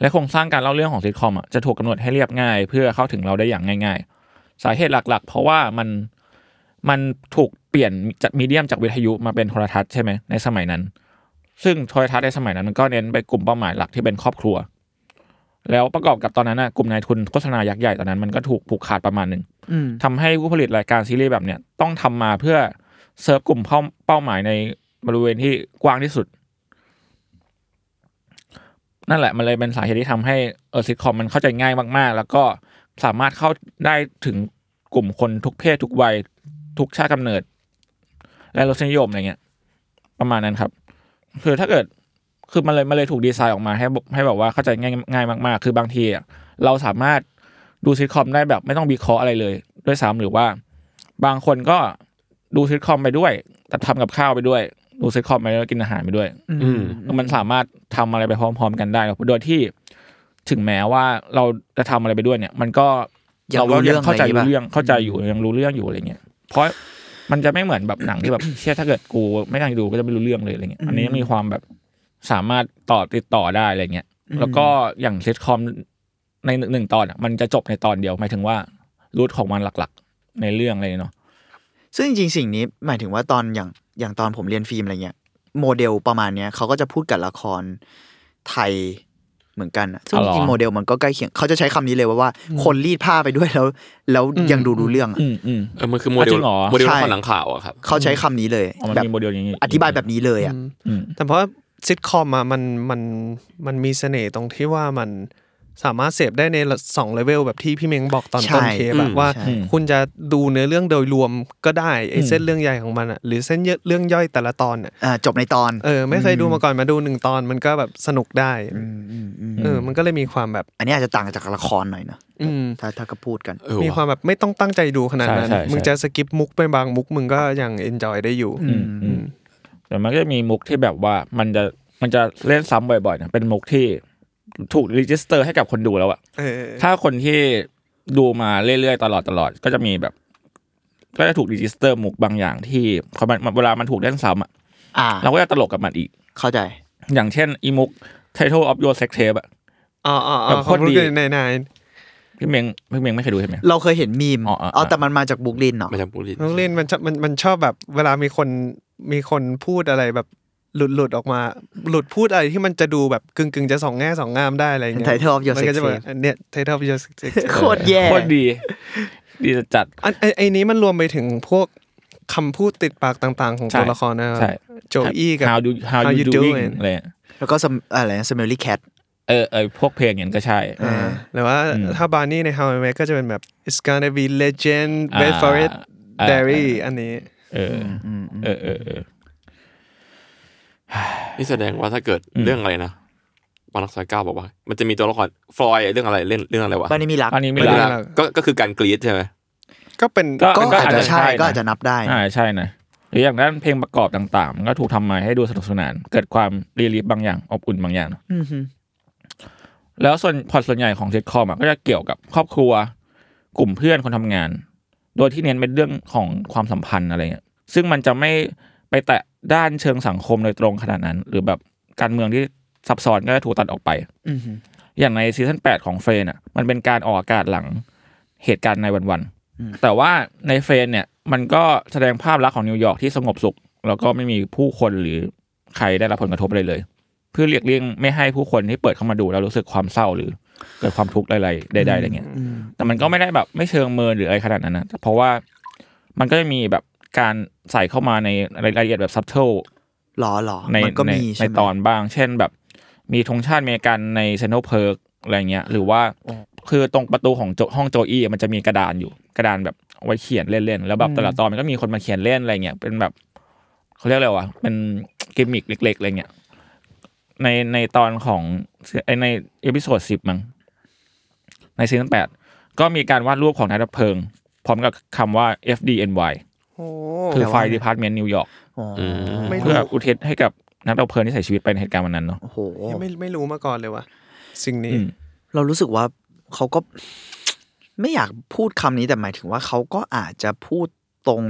และโครงสร้างการเล่าเรื่องของซิทคอมอ่ะจะถูกกำหนดให้เรียบง่าย เพื่อเข้าถึงเราได้อย่างง่าย ๆ สาเหตุหลัก ๆ เพราะว่ามันมันถูกเปลี่ยนจากมีเดียมจากวิทยุมาเป็นโทรทัศน์ใช่ไหมในสมัยนั้น ซึ่งโทรทัศน์ในสมัยนั้นมันก็เน้นไปกลุ่มเป้าหมายหลักที่เป็นครอบครัว แล้วประกอบกับตอนนั้นนะกลุ่มนายทุนโฆษณายักษ์ใหญ่ตอนนั้นมันก็ถูกผูกขาดประมาณหนึ่ง
อืม
ทำให้ผู้ผลิตรายการซีรีส์แบบเนี้ยต้องทำมาเพื่อเซิร์ฟกลุ่มเป้าเป้าหมายในบริเวณที่กว้างที่สุด นั่นแหละ มันเลยเป็นสาเหตุที่ทำให้เออซิทคอมมันเข้าใจง่ายมาก ๆ แล้วก็สามารถเข้าได้ถึงกลุ่มคนทุกเพศทุกวัย ทุกชาติกำเนิด และรสนิยมอะไรเงี้ย ประมาณนั้นครับ คือถ้าเกิดคือมันเลยมันเลยถูกดีไซน์ออกมาให้ให้แบบว่าเข้าใจง่ายง่ายมาก ๆ คือบางทีอะเราสามารถดูซิทคอมได้แบบไม่ต้องวิเคราะห์อะไรเลย ด้วยซ้ำหรือว่าบางคนก็ดูซิทคอมไปด้วย แต่ทำกับข้าวไปด้วย ดูซิทคอมไปด้วยกินอาหารไปด้วย
อืม
มันสามารถทำอะไรไปพร้อม ๆ กันได้โดยที่ถึงแม้ว่าเราจะทำอะไรไปด้วยเนี่ย มันก็
อยาก
ก็
รู้เรื่อ
เข้าใจ
งะไย่ง
รู้
งี้ปะ
เรื่องเข้าใจอยู่ยังรู้เรื่องอยู่อะไรเงี้ยเพราะมันจะไม่เหมือนแบบหนังที่แบบ เชี่ยถ้าเกิดกูไม่ตั้งใจดูก็จะไม่รู้เรื่องเลยอะไรเงี้ยอันนี้
อืม
มีความแบบสามารถต่อติดต่อได้อะไรเงี้ยแล้วก็อย่างซิทคอมในหนึ่งหนึ่งตอนอะมันจะจบในตอนเดียวหมายถึงว่ารูทของมันหลักๆ ในเรื่องอะไรเนาะ
ซึ่งจริงๆ สิ่งนี้หมายถึงว่าตอนอย่างอย่างตอนผมเรียนฟิล์มอะไรเงี้ยโมเดลประมาณเนี้ยเขาก็จะพูดกับละครไทยเหมือนกันอะซึ่ง
อ๋อ
จ
เหรอ
ริงๆโมเดลมันก็ใกล้เคียงเขาจะใช้คำนี้เลยว่าว่าคนรีดผ้าไปด้วยแล้วแล้วยังดูรู้เรื่องอะ
ืมอืม
เออมันคือโมเด
อ่ะจริ
ล
งเหรอ
โมเดล
ใช่
ละครหลังข่าวอะครับ
เขาใช้คำนี้เลย
อ๋อมัน
แบบ
มีโมเดลอย่างนี้
อธิบายแบบนี้เลยอ่ะ
อืม
แต่เพราะซิทคอมอะมันมันมันมีเสน่ห์ตรงที่ว่ามัน สามารถเสพได้ในสองเลเวลแบบที่พี่เมงบอกตอนต้น
ใช่
เทปแบบ
อืม
ว่า
ใช่
คุณจะดูเนื้อเรื่องโดยรวมก็ได้ไอ้
อืม
เส้นเรื่องใหญ่ของมันอ่ะหรือเส้นเรื่องย่อยแต่ละตอนอ่ะ
อ่าจบในตอน
เออไม่เคยดูมาก่อนมาดูหนึ่งตอนมันก็แบบสนุกได้
มอืมอืม
เออมันก็เลยมีความแบบ
อันนี้อาจจะต่างจากละครหน่อยนะ
อืม
ถ้าถ้าก็พูดกัน
เออ
มีควา
ว่ะ
มแบบไม่ต้องตั้งใจดูขนาดนั้น
ใช่ใช่ใช่
มึงจะสกิปมุกไปบางมุกมึงก็ยังเอนจอยได้อยู่
อืมอืมแต่มันก็จะมีมุกที่แบบว่ามันจะมันจะเล่นซ้ำบ่อยๆนะเป็นมุกที่ถูกรีจิสเตอร์ให้กับคนดูแล้วอะ
เออ
ถ้าคนที่ดูมาเรื่อยๆตลอดตลอดก็จะมีแบบ ก็จะถูกรีจิสเตอร์มุกบางอย่างที่เขามันเวลามันถูกเล่นซ้ำอะ
อ่า
เราก็จะตลกกับมันอีก
เข้าใจ
อย่างเช่นอีมุก title of your sex tape อะ
อ๋ออ๋ออ๋
แบ
อบ ข
โค
อง
ตร
รู้
ดี
กันในนาย
พี่เมงพี่เมงไม่เคยดูใช่ไหม
เราเคยเห็นมีม
อ๋ออ่ะ
แต่มันมาจากบุกลินเนาะ
มาจากบุรี
น้องเล่นมันชอบมันมันชอบแบบ เวลามีคนมีคนพูดอะไรแบบหลุดหลุดออกมา หลุดพูดอะไรที่มันจะดูแบบกึ่งกึ่งจะสองแง่สองงามได้อะไร
เป็น
เงี้ย
ไทเทอร์ออฟย
มั
เซ็
ก็
ก
จะ
ซ์
แบบอันเนี้ยไทเทิลยูสิก
โคตรแย่
โคตรดี ดีจัด
อันไอ้ไอ้นี้มันรวมไปถึงพวกคำพูดติดปากต่างๆ ของตัว
ใช่
ละครนะ
ใช่
โจอี้กับ
how do how
How
you
you
doing
doing
อะไรอะ
แล้วก็สมอะไรนะสมิลลี่แคท
เออเออพวกเพลงอย่างนั้นก็ใช่
อ่าหรือว่า
อืม
ถ้าบาร์นี่ใน How I Met ก็จะเป็นแบบ it's gonna be legend wait
อ่า
for it
อ่า
Derry อันนี้
เอออเออเออเออ
นี่แสดงว่าถ้าเกิด
อืม
เรื่องอะไรนะวารักษาเก้าบอกว่า มันจะมีตัวละครฟลอยด์เรื่องอะไรเล่นเรื่องอะไรวะ
บ้านนี้มีรัก
อันนี้ไม่
ไม่รู้
รัก
นะก็ก็คือการกรีดใช่ไหม
ก็เป็น
ก็
ก็อาจจะใช่
อาจจะใช่นะ
ก็อาจจะนับได้
อ่าใช่นะหรืออย่างนั้นเพลงประกอบต่างๆมันก็ถูกทำมาให้ดูสนุกสนาน เกิดความรีลีฟบางอย่างอบอุ่นบางอย่าง
อืมฮึ
แล้วส่วนพอร์ตส่วนใหญ่ของเซตคอมอะก็จะเกี่ยวกับครอบครัว กลุ่มเพื่อนคนทำงาน โดยที่เน้นเป็นเรื่องของความสัมพันธ์อะไรเงี้ยซึ่งมันจะไม่ไปแตะด้านเชิงสังคมโดยตรงขนาดนั้น หรือแบบการเมืองที่ซับซ้อนก็จะถูกตัดออกไป
อืมฮึ
อย่างในซีซั่น8 ของเฟรนอ่ะมันเป็นการออกอากาศหลังเหตุการณ์ในวันวันๆแต่ว่าในเฟรนเนี่ยมันก็แสดงภาพลักษณ์ของนิวยอร์กที่สงบสุข แล้วก็ไม่มีผู้คนหรือใครได้รับผลกระทบอะไรเลย เพื่อเรียกเลี่ยงไม่ให้ผู้คนที่เปิดเข้ามาดูแล้วรู้สึกความเศร้าหรือเกิดความทุกข์อะไรๆใดๆอะไรเงี้ย แต่มันก็ไม่ได้แบบไม่เชิงเมินหรืออะไรขนาดนั้นนะแต่เพราะว่ามันก็จะมีแบบการใส่เข้ามาในรายละเอียดแบบซับเทล
หรอหรอ
ใน
มันก็
ใน
มี
ใน
ใช่ไหม
ตอนบ้าง เช่นแบบมีธงชาติอเมริกันในเซน t ท a เพิร์กอะไรเงี้ย หรือว่าคือตรงประตูของโจห้องโจอี้อะมันจะมีกระดานอยู่ กระดานแบบเอาไว้เขียนเล่นๆ แล้วแบบแต่ละตอนมันก็มีคนมาเขียนเล่นอะไรเงี้ย เป็นแบบเขาเรียกอะไรวะ เป็นกิมมิกเล็กๆอะไรเงี้ย ในในตอนของไอ้ในเอพิโซดสิบมั้ง ในซีซั่นแปดก็มีการวาดรูปของนายดับเพลิง พร้อมกับคำว่า FDNY
โอ้
คือไฟดีพาร์ตเมนต์นิวยอร์ก
อ๋ออ
อืม
ไม่รู้
เพื่ออุทิศให้กับนักดับเพลิงที่เสียชีวิตไปในเหตุการณ์วันนั้นเนาะ
โอ้โห
ยังไม่ไม่รู้มาก่อนเลยว่ะสิ่งนี้
อืม
เรารู้สึกว่าเขาก็ ไม่อยากพูดคำนี้แต่หมายถึงว่าเขาก็อาจจะพูดตรง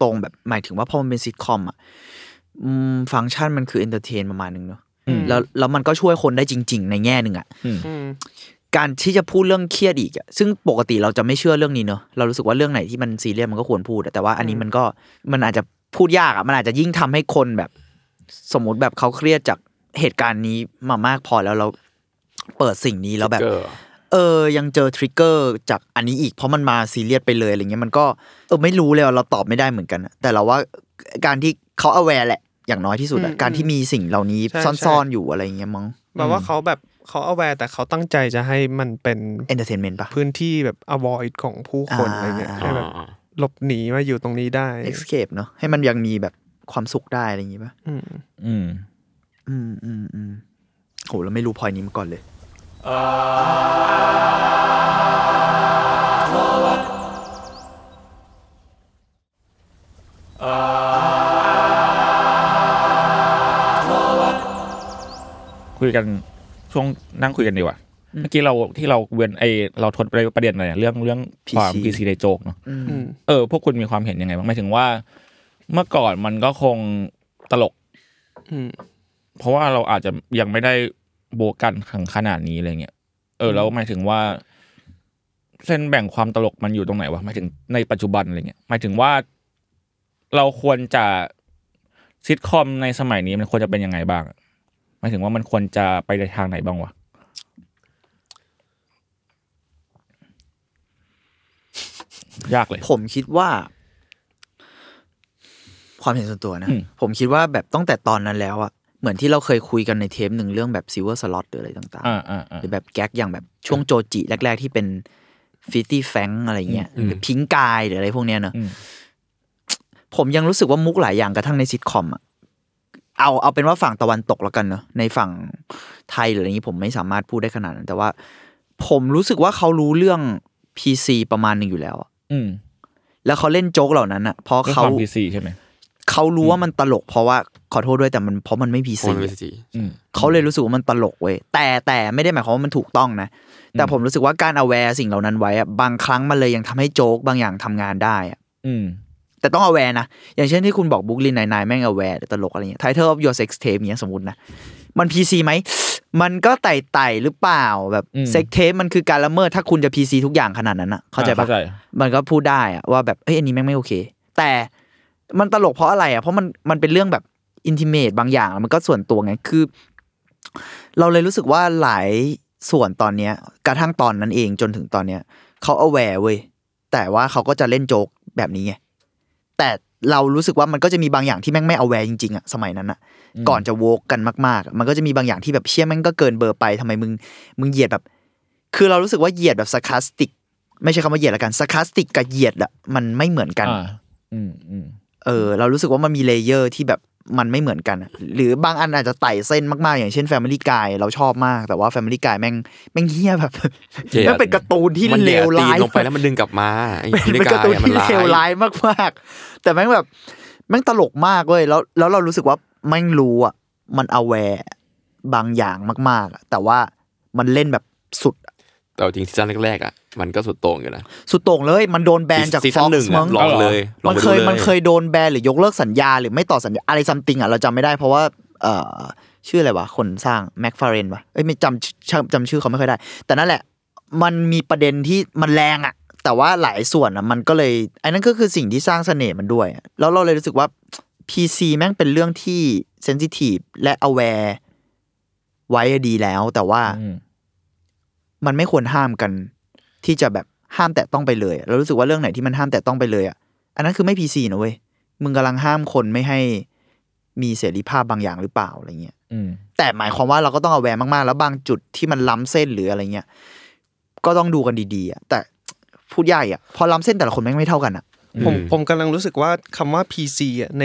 ตรงแบบหมายถึงว่าพอมันเป็นซิทคอมอ่ะอืมฟังก์ชันมันคือเอนเตอร์เทนประมาณนึงเนอะ
อืม
แล้วแล้วมันก็ช่วยคนได้จริง ๆ ในแง่หนึ่งอ่ะ
อืม
การที่จะพูดเรื่องเครียดอีกอะซึ่งปกติเราจะไม่เชื่อเรื่องนี้เนอะเรารู้สึกว่าเรื่องไหนที่มันซีเรียสมันก็ควรพูดอะแต่ว่าอันนี้มันก็มันอาจจะพูดยากอะมันอาจจะยิ่งทำให้คนแบบ สมมติแบบเขาเครียดจากเหตุการณ์นี้มามากพอแล้วเราเปิดสิ่งนี้แล้วแบบ
เกอร์
เออ ยังเจอทริกเกอร์จากอันนี้อีกเพราะมันมาซีเรียสไปเลยอะไรเงี้ยมันก็เออไม่รู้เลยอะเราตอบไม่ได้เหมือนกันอะแต่เราว่าการที่เขา aware แหละ อย่างน้อยที่สุดอะการที่มีสิ่งเหล่านี้ซ่อนๆอยู่อะไรเงี้ยมั้ง
แบบว่าเขาแบบเขาเอาแวร์แต่เขาตั้งใจจะให้มันเป็น
เอนเตอร์เทนเมนต์ปะ
พื้นที่แบบ avoid ของผู้คน
อ่า
อะไรเงี้ย
อ่
ให้แบบ
า
หลบหนีมาอยู่ตรงนี้ได้
escape เนอะให้มันยังมีแบบความสุขได้อะไรอย่างงี้ป่ะ
อืม
อืม
อืมอืมอืมโหเราไม่รู้พอยนี้มาก่อนเลย
คุยกันช่วงนั่งคุยกันดีกว่า เมื่อกี้เราที่เราเวียนไอเราทดไปประเด็นอะไรอะเรื่องเรื่องความ
PC
พีซีในโจกเนาะ
อืม
เออพวกคุณมีความเห็นยังไงบ้างหมายถึงว่า เมื่อก่อนมันก็คงตลก
อืม
เพราะว่าเราอาจจะยังไม่ได้โบกันขังขนาดนี้อะไรเงี้ยเออแล้วหมายถึงว่า เส้นแบ่งความตลกมันอยู่ตรงไหนวะหมายถึงในปัจจุบันอะไรเงี้ยหมายถึงว่า เราควรจะซิทคอมในสมัยนี้มันควรจะเป็นยังไงบ้างอะหมายถึงว่ามันควรจะไปในทางไหนบ้างวะ ยากเลย
ผมคิดว่า ความเห็นส่วนตัวนะ
อืม
ผมคิดว่าแบบตั้งแต่ตอนนั้นแล้วอะ เหมือนที่เราเคยคุยกันในเทปหนึ่งเรื่องแบบซิ l เวอร์สล็อตหรืออะไรต่าง
อ่าอ่าอ่า
ๆ หรือแบบแก๊กอย่างแบบช่วงโจจิแรก ๆ ที่เป็นฟิตตี้แฟงอะไรเงี้ยหรือพิงกายหรืออะไรพวกเนี้ยเนอะ
อืม
ผมยังรู้สึกว่ามุกหลายอย่างกระทั่งในซิทคอมอะเอาเอาเป็นว่าฝั่งตะวันตกแล้วกันเนอะในฝั่งไทยหรืออะไรนี้ผมไม่สามารถพูดได้ขนาดนั้น แต่ว่า ผมรู้สึกว่าเขารู้เรื่อง PC ประมาณหนึ่งอยู่แล้วอะ
อืม
แล้วเขาเล่นโจ๊กเหล่านั้นอะเพราะ
เรื่อง
เขา
ความพีซีใช่ไหม
เขารู้ว่ามันตลก เพราะว่าขอโทษด้วยแต่มันเพราะมันไม่ PC
โอนไป
อะ
สิ
อืม
เขาเลยรู้สึกว่ามันตลกเว้ยแต่แต่ไม่ได้หมายความว่ามันถูกต้องนะ แต่ผมรู้สึกว่าการเอาแวร์สิ่งเหล่านั้นไว้อะบางครั้งมันเลยยังทำให้โจ๊กบางอย่างทำงานได้อะ
อืม
แต่ต้องเอาแวร์นะ อย่างเช่นที่คุณบอกบุ๊กลินนายแม่งเอาแวร์ตลกอะไรเงี้ยไทเทอร์ of your sex tape เนี้ยสมมตินะ มัน PC ไหม มันก็ไต่ไต่หรือเปล่าแบบ
อืม
เซ็กเทปมันคือการละเมิดถ้าคุณจะ PC ทุกอย่างขนาดนั้นอะเข้าใจ
อ่
ปะ มันก็พูดได้อะว่าแบบเอ้ยอันนี้แม่งไม่โอเค แต่มันตลกเพราะอะไรอะเพราะมันมันเป็นเรื่องแบบอินทิเมตบางอย่างแล้วมันก็ส่วนตัวไงคือ เราเลยรู้สึกว่าหลายส่วนตอนเนี้ย กระทั่งตอนนั้นเองจนถึงตอนเนี้ยเขาเอาแวร์เว้ยแต่ว่าเขาก็จะเล่นโจกแบบนี้ไงแต่เรารู้สึกว่ามันก็จะมีบางอย่างที่แม่งไม่เอาแวร์จริงๆอะสมัยนั้นอะก่อนจะโวกกันมากๆอะมันก็จะมีบางอย่างที่แบบเชี่ยแม่งก็เกินเบอร์ไปทำไมมึงมึงเหยียดแบบ คือเรารู้สึกว่าเหยียดแบบสคาสติก ไม่ใช่คำว่าเหยียดละกันสคาสติกกับเหยียดอะมันไม่เหมือนกัน
อ่าอืมอืม
เออ เรารู้สึกว่ามันมีเลเยอร์ที่แบบมันไม่เหมือนกันอะหรือบางอันอาจจะไต่เส้นมากๆ อย่างเช่น Family Guy เราชอบมาก แต่ว่า Family Guy แม่งแม่งเฮี้ยแบบแม่งเป็นการ์ตูนที่
มัน
เล
แย่
ว
ตี
ร้าย
นลงไปแล้วมันดึงกลับ มาไอ้
เป็น
พิ
เป็น
กา
การ์ตูน
ยอะมัน
ที่
ร้า
เลวย ร้ายมากๆ แต่แม่งแบบแม่งตลกมากเว้ยแล้วแล้วเรารู้สึกว่าแม่งรู้อะมันเอาแวร์บางอย่างมากๆอะแต่ว่ามันเล่นแบบสุด
แต่จริงซีซั่นแรกๆอ่ะมันก็สุดโต่งอยู่นะ
สุดโต่งเลยมันโดนแบนจาก
ซี
ฟ็
ซั่
อน ก
หนึ่ง
ซ์
อะ
มั้ง
ลองเลยลอ
มัน
งไป
เค
ดู
ย
เลย
มันเคยโดนแบนหรือยกเลิกสัญญาหรือไม่ต่อสัญญาอะไรซัมติงอ่ะเราจำไม่ได้เพราะว่าเอ่อชื่ออะไรวะ คนสร้างแม็กฟาเรนวะเอ้ยไม่จำจำจำชื่อเขาไม่ค่อยได้ แต่นั่นแหละ มันมีประเด็นที่มันแรงอ่ะ แต่ว่าหลายส่วนอ่ะมันก็เลยไอ้นั่นก็คือสิ่งที่สร้างเสน่ห์มันด้วยอะแล้วเราเลยรู้สึกว่า PC แม่งเป็นเรื่องที่เซนซิทีฟและอ w แวร์ไว้ดีแล้ว แต่ว่า
อืม
มันไม่ควรห้ามกัน ที่จะแบบห้ามแตะต้องไปเลยเรารู้สึกว่าเรื่องไหนที่มันห้ามแตะต้องไปเลยอ่ะอันนั้นคือไม่พีซีนะเว้ยมึงกำลังห้ามคนไม่ให้มีเสรีภาพบางอย่างหรือเปล่าอะไรเงี้ย
อืม
แต่หมายความว่าเราก็ต้องเอาแวร์มากๆ แล้วบางจุดที่มันล้ำเส้นหรืออะไรเงี้ยก็ต้องดูกันดีๆอ่ะแต่พูดยากอ่ะพอล้ำเส้นแต่ละคนแม่งไม่เท่ากันอ่ะ
ผมผมกำลังรู้สึกว่าคำว่า PC อ่ะใน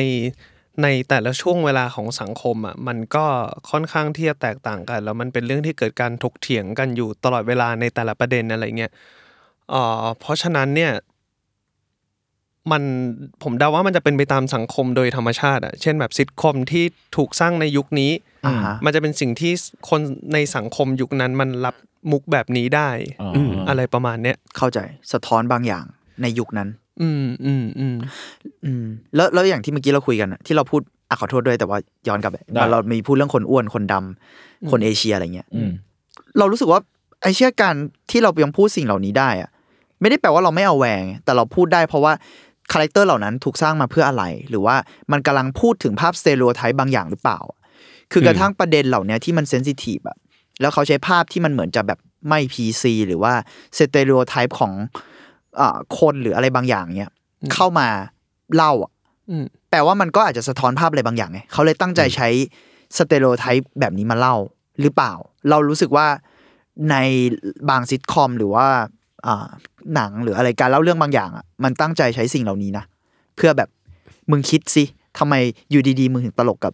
ในแต่ละช่วงเวลาของสังคมอ่ะมันก็ค่อนข้างที่จะแตกต่างกัน แล้วมันเป็นเรื่องที่เกิดการถกเถียงกันอยู่ตลอดเวลาในแต่ละประเด็นอะไรเงี้ยเอ่อเพราะฉะนั้นเนี่ย มันผมเดาว่ามันจะเป็นไปตามสังคมโดยธรรมชาติอ่ะเช่นแบบซิทคอมที่ถูกสร้างในยุคนี้
อ่าฮะ
มันจะเป็นสิ่งที่คนในสังคมยุคนั้นมันรับมุกแบบนี้ได้
อ๋อ
อะ
อะไร
ประมาณเนี้ย
เข้าใจสะท้อนบางอย่างในยุคนั้น
อืมอืมอืม
อืมแล้วแล้วอย่างที่เมื่อกี้เราคุยกันอะที่เราพูดอ่ะขอโทษด้วยแต่ว่าย้อนกลับไปเราเรามีพูดเรื่องคนอ้วนคนดำคนเอเชียอะไรเงี้ย
อืม
เรารู้สึกว่าไอเชื่อการที่เรายังพูดสิ่งเหล่านี้ได้อะไม่ได้แปลว่าเราไม่เอาแวงไงแต่เราพูดได้เพราะว่าคาแรคเตอร์เหล่านั้นถูกสร้างมาเพื่ออะไร หรือว่ามันกำลังพูดถึงภาพสเตโ o ไทป์บางอย่างหรือเปล่า คือกระทั่งประเด็นเหล่านี้ที่มันเซนซิทีฟอะแล้วเขาใช้ภาพที่มันเหมือนจะแบบไม่พีซีหรือว่าสเตโ o ไทป์ของเอ่อคนหรืออะไรบางอย่างเนี้ยเข้ามาเล่าอะ
อืม
แปลว่ามันก็อาจจะสะท้อนภาพอะไรบางอย่างไงเขาเลยตั้งใจใช้ สเตโลไทป์แบบนี้มาเล่าหรือเปล่า เรารู้สึกว่าในบางซิทคอมหรือว่าอ่าหนังหรืออะไรการเล่าเรื่องบางอย่างอ่ะมันตั้งใจใช้สิ่งเหล่านี้นะ เพื่อแบบมึงคิดสิทำไมอยู่ดีๆ มึงถึงตลกกับ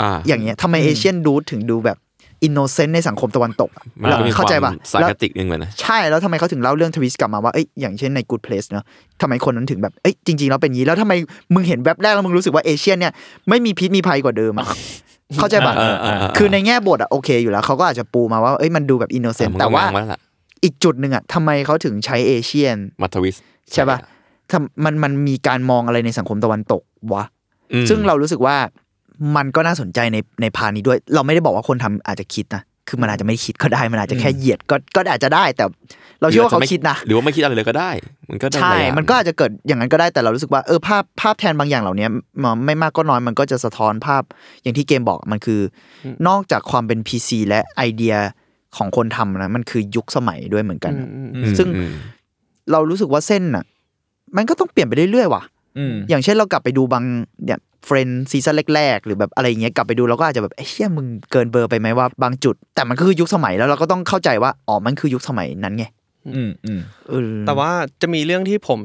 อ่า
อย่างเงี้ยทำไมเอเชียนดูถึงดูแบบอินโนเซนต์ในสังคมตะวันตกอะ
มันก็มีค
เข้าใจ
วา
ป่ะ
มสา
แล้ว
รติกนึงเหมือนนะ
ใช่แล้วทำไมเขาถึงเล่าเรื่องทวิสต์กลับมาว่าเอ้ยอย่างเช่นใน Good Place เนอะทำไมคนนั้นถึงแบบเอ้ยจริงๆแล้วเป็นอย่างนี้แล้วทำไมมึงเห็นแว็บแรกแล้วมึงรู้สึกว่าเอเชียนเนี่ยไม่มีพิษมีภัยกว่าเดิมอะ เข้าใจปะ
เออเออเออ
คือในแง่บทอะโอเคอยู่แล้วเขาก็อาจจะปูมาว่าเอ้ยมันดูแบบอินโนเซ
แต่
นต์
มัน
แต่
ก็
ว่า
วางไว้แล้วล่ะ
อีกจุดหนึ่งอะทำไมเขาถึงใช้เอเชียน
มาทวิส
ใช่ปะทำมันมันมีการมองอะไรในสังคมตะวันตกวะ
อืม
ซึ่งเรารู้สึกว่ามันก็น่าสนใจในในพาร์ทนี้ด้วย เราไม่ได้บอกว่าคนทำอาจจะคิดนะคือมันอาจจะไม่คิดก็ได้มันอาจจะแค่เหยียดก็ก็อาจจะได้ แต่เราเชื่อว่าเขาคิดนะ
หรือว่าไม่คิดอะไรเลยก็ได้ มันก็ได้
ใช่
หลายอย่าง
มันก็อาจจะเกิดอย่างนั้นก็ได้ แต่เรารู้สึกว่าเออภาพภาพแทนบางอย่างเหล่านี้มันไม่มากก็น้อยมันก็จะสะท้อนภาพอย่างที่เกมบอกมันคือ นอกจากความเป็น PC และไอเดียของคนทำนะมันคือยุคสมัยด้วยเหมือนกัน
อืมอืม
อืม
ซึ่ง
อืม
เรารู้สึกว่าเส้นน่ะ มันก็ต้องเปลี่ยนไปเรื่อยๆว่ะ
อืม
อย่างเช่นเรากลับไปดูบางเนี่ยเฟรนซีซั่นแรก ๆ หรือแบบอะไรอย่างเงี้ยกลับไปดูเราก็อาจจะแบบเอ้ยเชี่ยมึงเกินเบอร์ไปไหมว่าบางจุด แต่มันคือยุคสมัยแล้วเราก็ต้องเข้าใจว่าอ๋อมันคือยุคสมัยนั้นไง
อืมอืม
เออ
แต่ว่าจะมีเรื่องที่ผม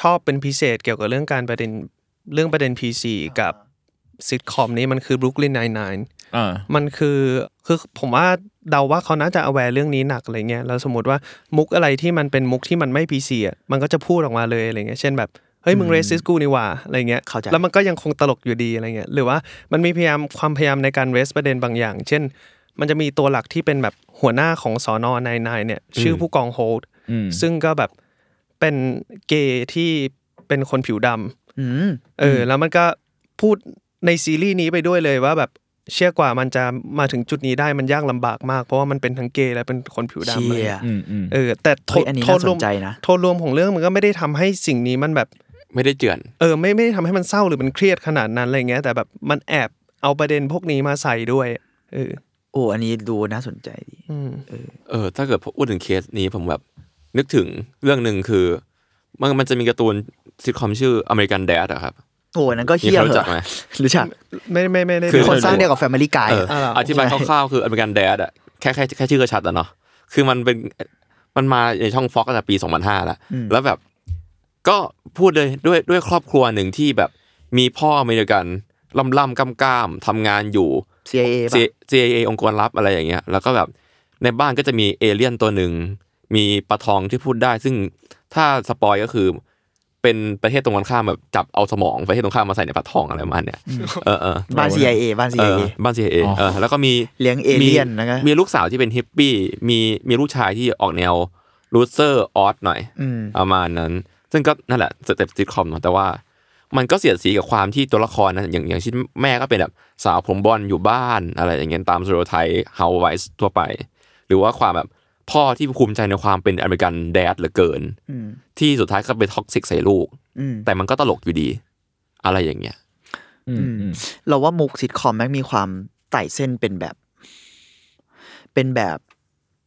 ชอบเป็นพิเศษเกี่ยวกับเรื่องการประเด็นเรื่องประเด็น PC กับซิทคอมนี้มันคือ Brooklyn Nine-Nine
อ่า
มันคือคือผมว่าเดาว่าเขาน่าจะ aware เรื่องนี้หนักอะไรเงี้ยแล้วสมมติว่ามุกอะไรที่มันเป็นมุกที่มันไม่ PC อ่ะมันก็จะพูดออกมาเลยอะไรเงี้ยเช่นแบบเฮ้ยมึงเรสซิสกูนี่หว่าอะไรเงี้ย
เข้าใจ
แล้วมันก็ยังคงตลกอยู่ดีอะไรเงี้ยหรือว่ามันมีพยายามความพยายามในการเรสประเด็นบางอย่าง เช่น มันจะมีตัวหลักที่เป็นแบบหัวหน้าของสอนอนายนายเนี่ยชื่อผู้กองโฮลด์
อืม
ซึ่งก็แบบเป็นเกย์ที่เป็นคนผิวดำ
อืม
เออแล้วมันก็พูดในซีรีส์นี้ไปด้วยเลยว่าแบบเชื่อกว่ามันจะมาถึงจุดนี้ได้มันยากลำบากมาก เพราะว่ามันเป็นทั้งเกย์และเป็นคนผิวดำอะไร
เชี่ย
เงี้ย
อืมอืม
เออแต่โท
เฮ้
ษ
ยอันนี้
โท
น่า
ษ
ส
รวม
นใจนะ
โทษรวมของเรื่องมันก็ไม่ได้ทำให้สิ่งนี้มันแบบ
ไม่ได้เจือน
เออไม่ไม่ได้ทำให้มันเศร้าหรือมันเครียดขนาดนั้นอะไรเงี้ยแต่แบบมันแอบเอาประเด็นพวกนี้มาใส่ด้วยเออ
โอ้อันนี้ดูน่าสนใจดี
อืม
เออถ้าเกิดพูดถึงเคสนี้ผมแบบนึกถึงเรื่องหนึ่งคือ มันมันจะมีการ์ตูนซิทคอมชื่ออเมริกันแดดอะครับ
โอ้อันนั้นก็
มี
เฮี้
ใค
ยเห
รรู้จัก
อะ
ไหม
รู้จัก
ไม่ไม่ไม่ได้
คือ
คนสร้างเดียวกับแฟมิลี่กาย
เออ
อ่าเหรอ
อ
อ
ธิบายคร่าวๆคืออเมริกันแดดอะแค่แค่แค่ชื่อก็ชัดแล้วเนาะคือมันเป็นมันมาในช่องฟ็อกตั้งแต่ปี 2005 แล้ว
อืม
แล้วแบบก็พูดเลยด้วยด้วยครอบครัวหนึ่งที่แบบมีพ่ออเมริกันล่ำล่ำก้ามก้ามๆทำงานอยู่
CIA ป่ะ
CIA องค์กรลับอะไรอย่างเงี้ย แล้วก็แบบในบ้านก็จะมีเอเลี่ยนตัวหนึ่ง มีปลาทองที่พูดได้ ซึ่งถ้าสปอยก็คือ เป็นประเทศตรงกันข้ามแบบจับเอาสมองประเทศตรงข้ามมาใส่ในปลาทองอะไรประมาณเนี้ยเออเออ
บ้าน CIA บ้าน
เอ
CIA
อบ้าน CIA เออแล้วก็มี
เลี้ยงเอเลี่ยน
มี
นะคะ
มีลูกสาวที่เป็นฮิปปี้มีมีลูกชายที่ออกแนวรูเซอร์ออสหน่อย
อืม
ประมาณนั้น ซึ่งก็นั่นแหละสเต็ปซิทคอมเนอะแต่ว่า มันก็เสียดสีกับความที่ตัวละครนะอย่างอย่างเช่นแม่ก็เป็นแบบสาวผมบอลอยู่บ้านอะไรอย่างเงี้ยตามสโตรไทเฮาไวส์ทั่วไป หรือว่าความแบบพ่อที่ภูมิใจในความเป็นอเมริกันแดดเหลือเกิน
อืม
ที่สุดท้ายก็ไปท็อกซิกใส่ลูก
อืม
แต่มันก็ตลกอยู่ดี อะไรอย่างเงี้ย
อืมอืม
เราว่ามุกซิทคอมแม่งมีความไต่เส้นเป็นแบบ เป็นแบบ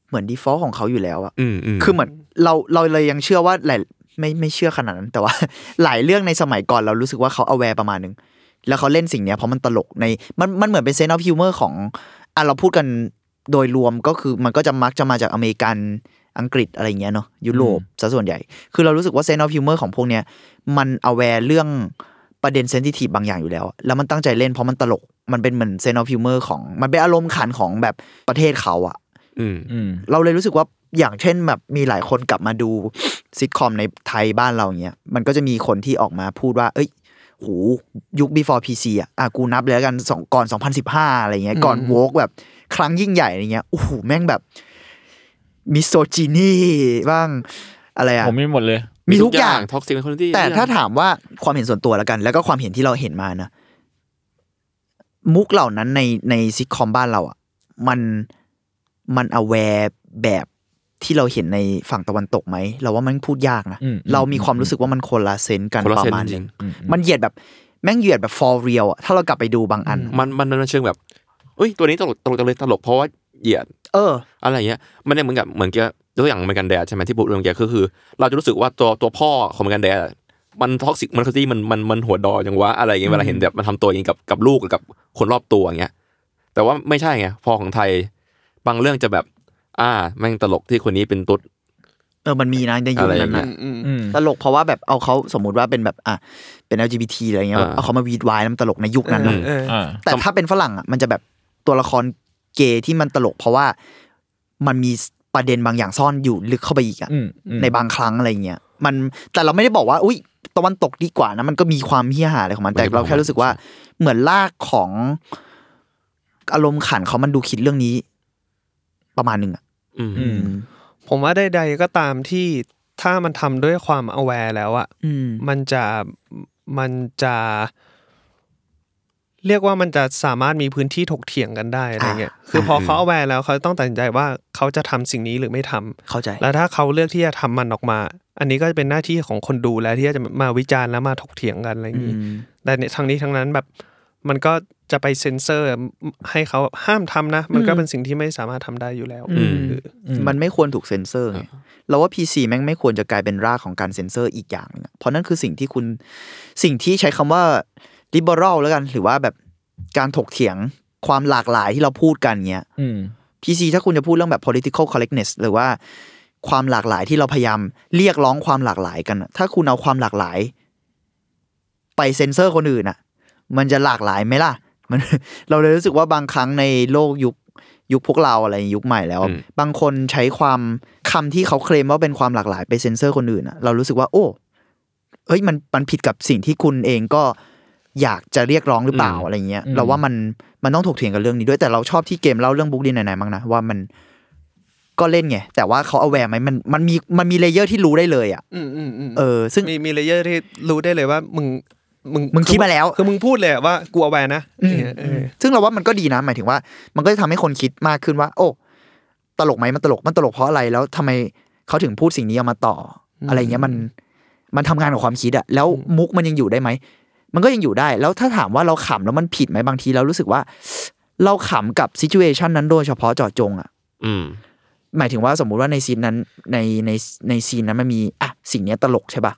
เหมือนดีฟอลต์ของเขาอยู่แล้วอะ
อืมอืม
คือเหมือนเราเราเลยยังเชื่อว่าหลายไม่ไม่เชื่อขนาดนั้น แต่ว่า หลายเรื่องในสมัยก่อนเรารู้สึกว่าเขาเอาแวร์ประมาณนึง แล้วเขาเล่นสิ่งเนี้ยเพราะมันตลกในมันมันเหมือนเป็นเซนต์ออฟฮิวเมอร์ของอ่ะเราพูดกันโดยรวมก็คือมันก็จะมักจะมาจากอเมริกันอังกฤษอะไรเงี้ยเนาะยุโรปซะส่วนใหญ่ คือเรารู้สึกว่าเซนต์ออฟฮิวเมอร์ของพวกเนี้ยมันเอาแวร์เรื่องประเด็นเซนซิทีฟบางอย่างอยู่แล้วอะแล้วมันตั้งใจเล่นเพราะมันตลก มันเป็นเหมือนเซนต์ออฟฮิวเมอร์ของมันเป็นอารมณ์ขันของแบบประเทศเขาอะ
อืม
อืม
เราเลยรู้สึกว่าอย่างเช่นแบบมีหลายคนกลับมาดู ซิทคอมในไทยบ้านเราเงี้ยมันก็จะมีคนที่ออกมาพูดว่า เอ้ยโหูยุค before PC อ่ะอ่ะกูนับเลยแล้วกันสองก่อน 2015 อะไรเงี้ยก่อนโวกแบบครั้งยิ่งใหญ่อะไรเงี้ยโอ้โหแม่งแบบมิโซจินีบ้างอะไรอ่ะ
ผมมีหมดเลย
มีทุกอย่าง
ท็อกซิเป็นคนที่
แต่ถ้าถามว่าความเห็นส่วนตัวแล้วกัน แล้วก็ความเห็นที่เราเห็นมานะ มุกเหล่านั้นในในซิทคอมบ้านเราอ่ะ มันมัน a แวร์แบบที่เราเห็นในฝั่งตะวันตกไหม เราว่ามันพูดยากนะ
อืมอืม
เรามีความรู้สึกว่ามันคนละเซนส์กัน
คนละ
ป
เซ
ระ
น
มาณนึ
จริ
ง
ง
มันเหยียดแบบแม่งเหยียดแบบ for real อะถ้าเรากลับไปดูบางอัน
มันมันมันเชิงแบบเอ้ยตัวนี้ตลกตลกจังเลยตลกเพราะว่าเหยียด
เออ
อะไรเงี้ยมันเนี่ยเหมือนกับเหมือนกับตัวอย่างเหมือนกันแดดใช่ไหมที่พูดเรื่องเกี่ยวก็คือ เราจะรู้สึกว่าตัวตัวพ่อของเหมือนกันแดดอะมันท็อกซิกมันคือที่มันมันมันหัวดอจังวะอะไรเงี้ยเวลาเห็นแบบมันทำตัวอย่างงี้กับกับลูกหรือกับคนรอบตัวเงี้ยแต่ว่าไม่ใช่ไงพอของไทยบางเรื่องจะแบบ อ่าแม่งตลกที่คนนี้เป็นตุ๊ด
เออมันมีนะในยุคนั้น
อะไรอย่างเงี้
นะ
ย
อืมอืม
อืม
ตลกเพราะว่าแบบเอาเขาสมมุติว่าเป็นแบบอ่ะเป็น LGBT อะไรเงี้ยแบบ
อ่า
เอาเขามาวีดวายน้ำตลกในยุคนั้นนะ
เออ
อ่า
แต่ถ้าเป็นฝรั่งอ่ะมันจะแบบตัวละครเกย์ที่มันตลก เพราะว่ามันมีประเด็นบางอย่างซ่อนอยู่ลึกเข้าไปอีกอ่ะ
อืมอืม
ในบางครั้งอะไรเงี้ยมันแต่เราไม่ได้บอกว่า อุ้ยตะวันตกดีกว่านะมันก็มีความเฮี้ยหาอะไรของมันแต่เราแค่รู้สึกว่าเหมือนลากของอารมณ์ขันเขามันดูคิดเรื่องนี้ ประมาณหนึ่งอ่ะ
อืม
อืม
ผมว่าใดๆก็ตามที่ถ้ามันทำด้วยความ aware แล้วอะ
อืม
มันจะมันจะเรียกว่ามันจะสามารถมีพื้นที่ถกเถียงกันได้อะไรเงี้ย คือพอเขาเอาแวร์แล้วเขาต้องตัดสินใจว่าเขาจะทำสิ่งนี้หรือไม่ทำ
เข้าใจ
แล้วถ้าเขาเลือกที่จะทำมันออกมา อันนี้ก็จะเป็นหน้าที่ของคนดูแล้วที่จะมาวิจารณ์และมาถกเถียงกันอะไรอย่างนี้
อืม
แต่ในทั้งนี้ทั้งนั้นแบบ มันก็จะไปเซ็นเซอร์ให้เขาแบบห้ามทำนะ มันก็เป็นสิ่งที่ไม่สามารถทำได้อยู่แล้ว
อืม
มันไม่ควรถูกเซ็นเซอร์ไงเราว่า PC แม่งไม่ควรจะกลายเป็นรากของการเซ็นเซอร์อีกอย่างหนึงอะเพราะนั่นคือสิ่งที่คุณสิ่งที่ใช้คำว่า liberal แล้วกันหรือว่าแบบการถกเถียงความหลากหลายที่เราพูดกันเนี้ย
อืม
PC ถ้าคุณจะพูดเรื่องแบบ political correctness หรือว่าความหลากหลายที่เราพยายามเรียกร้องความหลากหลายกันอะถ้าคุณเอาความหลากหลาย ไปเซ็นเซอร์คนอื่นอ่ะ มันจะหลากหลายไหมล่ะ มัน เราเลยรู้สึกว่าบางครั้งในโลกยุคยุคพวกเราอะไรยุคใหม่แล้ว
อืม
บางคนใช้ความคำที่เขาเคลมว่าเป็นความหลากหลายไปเซ็นเซอร์คนอื่นอ่ะ เรารู้สึกว่า โอ้เอ้ยมันมันผิดกับสิ่งที่คุณเองก็อยากจะเรียกร้องหรือเปล่าอะไรเงี้ย เราว่ามันมันต้องถกเถียงกันเรื่องนี้ด้วยแต่เราชอบที่เกมเล่าเรื่องบุ๊กดีไหนๆมั้งนะว่ามันก็เล่นไงแต่ว่าเขาเอาแวร์ไหมมันมันมีมันมีเลเยอร์ที่รู้ได้เลยอ่ะ
อืมอืมอืม
เออซึ่ง
มีมีเลเยอร์ที่รู้ได้เลยว่ามึงมึง
มึงคิดมาแล้ว
คือมึงพูดเลยอะว่ากูเอาแวร์นะอย่างเงี้ยเออ
ซึ่งเราว่ามันก็ดีนะ หมายถึงว่า มันก็จะทำให้คนคิดมากขึ้นว่า โอ้ ตลกไหมมันตลกมันตลกเพราะอะไรแล้วทำไมเขาถึงพูดสิ่งนี้ออกมาต่ออ
ม
อะไรเงี้ยมันมันทำงานกับความคิดอะแล้วมุกมันยังอยู่ได้ไหมมันก็ยังอยู่ได้ แล้วถ้าถามว่าเราขำแล้วมันผิดไหมบางทีเรารู้สึกว่า เราขำกับซิจูเอชันนั้นโดยเฉพาะเจาะจงอะ
อืม
หมายถึงว่าสมมุติว่าในซีนนั้นในในในซีนนั้นมันมีอ่ะสิ่งเนี้ยตลกใช่ปะ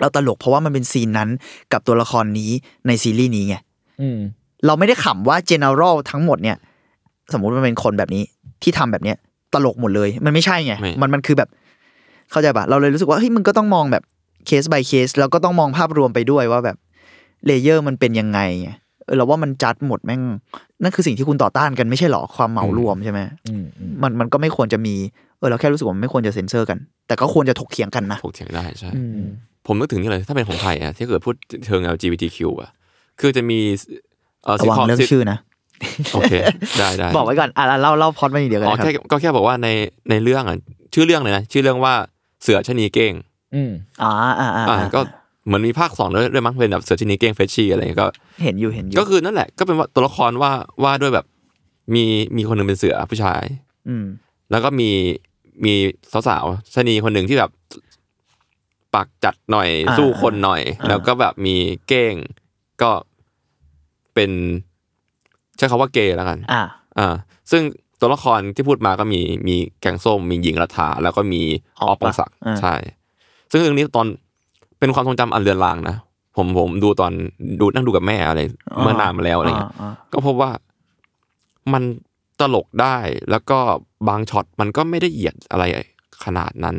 เราตลกเพราะว่ามันเป็นซีนนั้นกับตัวละครนี้ในซีรีส์นี้ไง
อืม
เราไม่ได้ขำว่า general ทั้งหมดเนี่ย สมมุติมันเป็นคนแบบนี้ที่ทำแบบเนี้ย ตลกหมดเลย มันไม่ใช่ไง
ไม่
มันมันคือแบบ เข้าใจปะเราเลยรู้สึกว่าเฮ้ยมึงก็ต้องมองแบบเคส by เคสแล้วก็ต้องมองภาพรวมไปด้วยว่าแบบเลเยอร์มันเป็นยังไงไงเออเราว่ามันจัดหมดแม่งนั่นคือสิ่งที่คุณต่อต้านกันไม่ใช่หรอความเหมารวมใช่ไหม
อืมอืม
มันมันก็ไม่ควรจะมีเออเราแค่รู้สึกว่ามันไม่ควรจะเซ็นเซอร์กัน แต่ก็ควรจะถกเถียงกันนะ
ถกเถียงได้ใช่
อืม
ผมนึกถึงนี่เลยถ้าเป็นของไทยอะที่เกิดพูดเชิง LGBTQ อะคือจะมีเอ่อ
ระวัง
คม
เรื่องชื่อนะ
โอเค ได้ได้
บอกไว้ก่อนอ่ะเล่าเล่าพล็อดมาอีกเดียวกัน
อ๋อ
นะครั
แค่
บ
ก็แค่บอกว่าในในเรื่องอะชื่อเรื่องเลยนะ ชื่อเรื่องว่าเสือชะนีเก้ง
อืม
อ๋ออ่าอ่า
อ่าก็เหมือนมีภาคสองด้วยด้วยมั้งเป็นแบบเสือชะนีเก้งเฟชชี่อะไรอย่างเงี้ยก็
เห็นอยู่เห็นอยู่
ก็คือนั่นแหละก็เป็นว่าตัวละครว่าว่าด้วยแบบมีมีคนหนึ่งเป็นเสือผู้ชาย
ม
แล้วก็มีมีสาวๆชะนีคนหนึ่งที่แบบปากจัดหน่อย
อ่า
สู้คนหน่อย
อ่า
แล้วก็แบบมีเก้งก็เป็นใช้คำว่าเกย์แล้วกัน
อ่า
อ่าซึ่งตัวละครที่พูดมาก็มีมีแกงส้ม มีหญิงรัฐาแล้วก็มีอ
อ
อ
อ
ฟ
ฟ
ปองศักดิ์
อ่า
ใช่ ซึ่งเรื่องนี้ตอนเป็นความทรงจำอันเลือนลางนะผมผมดูตอนดูนั่งดูกับแม่อะไรเมื่อนานมาแล้วอะไรเงี้ย
อ่า
ก็พบว่ามันตลกได้แล้วก็บางช็อตมันก็ไม่ได้เหยียดอะไรขนาดนั้น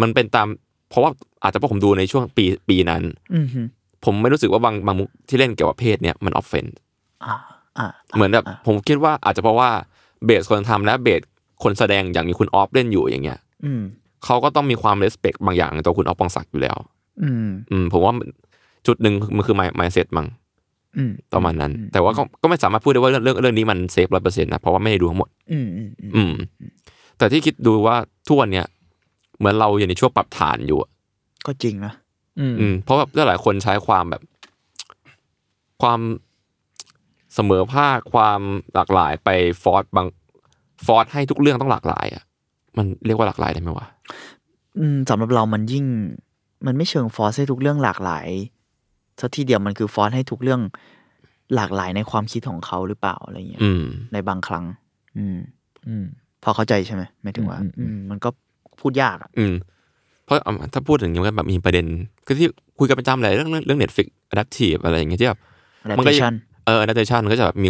มันเป็นตาม เพราะว่าอาจจะเพราะผมดูในช่วงปีปีนั้น
อืมฮึ
ผมไม่รู้สึกว่าบางบางมุกที่เล่นเกี่ยวกับเพศเนี่ยมันออฟเฟน
อ่าอ่า
เหมือนแบบผมคิดว่าอาจจะเพราะว่าเบสคนทำและเบสคนแสดงอย่างมีคุณออฟเล่นอยู่อย่างเงี้ย
อืม
เขาก็ต้องมีความเลสเ c คบางอย่างในตัวคุณออฟปองศักดิ์อยู่แล้ว
อืม
อืมผมว่าจุดหนึ่งมันคือไมเซ็ตมั้ง
อืม
ประมาณนั้น แต่ว่าก็ก็ไม่สามารถพูดได้ว่าเรื่องเรื่องเรื่องนี้มันเซฟร้อยเปอร์เซ็นต์นะเพราะว่าไม่ได้ดูทั้งหมด
อืมอืมอืม
อืม แต่ที่คิดดูว่าทุกวันเนี้ยเหมือนเราอยู่ในช่วงปรับฐานอยู่อะ
ก็จริงนะ
อืม
อืม เพราะแบบหลายๆคนใช้ความแบบ ความเสมอภาคความหลากหลายไปฟอร์สบางฟอร์สให้ทุกเรื่องต้องหลากหลายอ่ะมันเรียกว่าหลากหลายได้ไหมวะ
อืมสำหรับเรามันยิ่ง มันไม่เชิงฟอร์สให้ทุกเรื่องหลากหลายสักทีเดียวมันคือฟอร์สให้ทุกเรื่องหลากหลายในความคิดของเขาหรือเปล่าอะไรเงี้ย
อืม
ในบางครั้ง อืม
อืม
พอเข้าใจใช่ไหมหมายถึงว่า
อืมอื
อื
ม
ม มันก็พูดยากอะ
อืม เพราะอ่ะถ้าพูดถึงอย่างนี้นแบบมีประเด็นคือที่คุยกันประจำหลายเรื่องเรื่องเน็ตฟิกอะดัพทีฟอะไรอย่างเงี้ยที่แบบ
แรป
มันก็ยัง
ชั่น
เออ adaptation มันก็จะแบบมี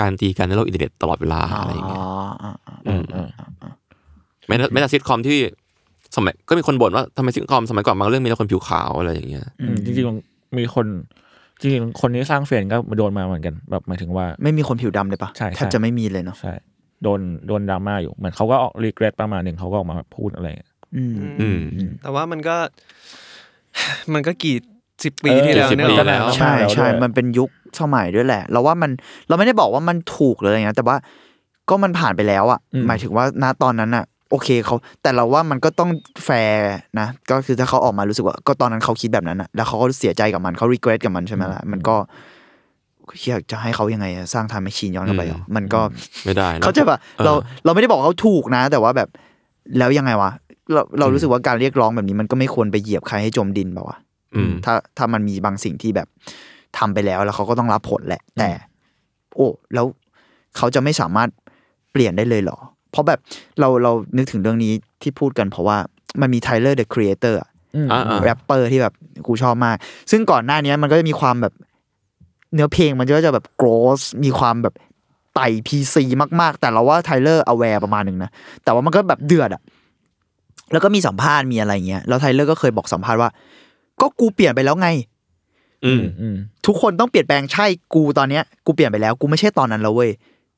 การตีกันในโลกอินเทอร์เน็ตตลอดเวลา
อ๋อ
อะไรอย่างเงี้ย
อ่าอ่า
อืมไม่แต่ไม่แต่ซิทคอมที่สมัยก็มีคนบ่นว่าทำไมซิทคอมสมัยก่อนบางเรื่องมีแต่คนผิวขาวอะไรอย่างเงี้ย
อืมจริงๆมีคนจริงๆคนนี้สร้างเฟรนก็โดนมาเหมือนกัน แบบหมายถึงว่า
ไม่มีคนผิวดำเลยปะ
ใช่ใช่
แทบจะไม่มีเลยเนาะ
ใช่ โดนโดนดราม่าอยู่เหมือนเขาก็ออกรีเกรสประมาณหนึ่งเขาก็ออกมาพูดอะไรอย่างเงี้ย
อืม
อืม
แต่ว่ามันก็ มันก็กี่สิบปี
เออ
ที่แล้ว
สิบ
เนี่ย
ปี
หรอ
แล้ว
ใช่
มากแล้ว
ใช่
ด้วย
มันเป็นยุคสมัยด้วยแหละ เราว่ามันเราไม่ได้บอกว่ามันถูกหรืออะไรนะแต่ว่าก็มันผ่านไปแล้วอะหมายถึงว่าณตอนนั้นอะโอเคเขาแต่เราว่ามันก็ต้องแฟร์นะ ก็คือถ้าเขาออกมารู้สึกว่าก็ตอนนั้นเขาคิดแบบนั้นอะแล้วเขาก็เสียใจกับมันเขารีเกรสกับมันใช่ไหมล่ะมันก็อยากจะให้เขายังไงอะสร้างทำให้ชีนย้อนกลับไปเหรอ
อืม
มันก็
ไม่ได้น
เข้าใจป่ะ
เออ
เราเราไม่ได้บอกเขาถูกนะ แต่ว่าแบบแล้วยังไงวะเราเรารู้สึกว่าการเรียกร้องแบบนี้มันก็ไม่ควรไปเหยียบใครให้จมดินแบบว่าวะ
อืม
ถ้าถ้ามันมีบางสิ่งที่แบบ ทำไปแล้วแล้วเขาก็ต้องรับผลแหละ แต่ โอ้แล้วเขาจะไม่สามารถเปลี่ยนได้เลยเหรอ เพราะแบบเราเรานึกถึงเรื่องนี้ที่พูดกันเพราะว่ามันมีไทเลอร์เดอะครีเอเตอร์
อ่าอ่า
แรปเปอร์ที่แบบกูชอบมาก ซึ่งก่อนหน้านี้มันก็จะมีความแบบเนื้อเพลงมันก็จะแบบโกรสมีความแบบไต่พีซีมากๆ แต่เราว่าไทเลอร์อแวร์ประมาณหนึ่งนะ แต่ว่ามันก็แบบเดือดอะแล้วก็มีสัมภาษณ์มีอะไรอย่างเงี้ย แล้วไทเลอร์ก็เคยบอกสัมภาษณ์ว่า ก็กูเปลี่ยนไปแล้วไง
อืม
อืม
ทุกคนต้องเปลี่ยนแปลงใช่กูตอนเนี้ยกูเปลี่ยนไปแล้วกูไม่ใช่ตอนนั้นแล้วเว้ย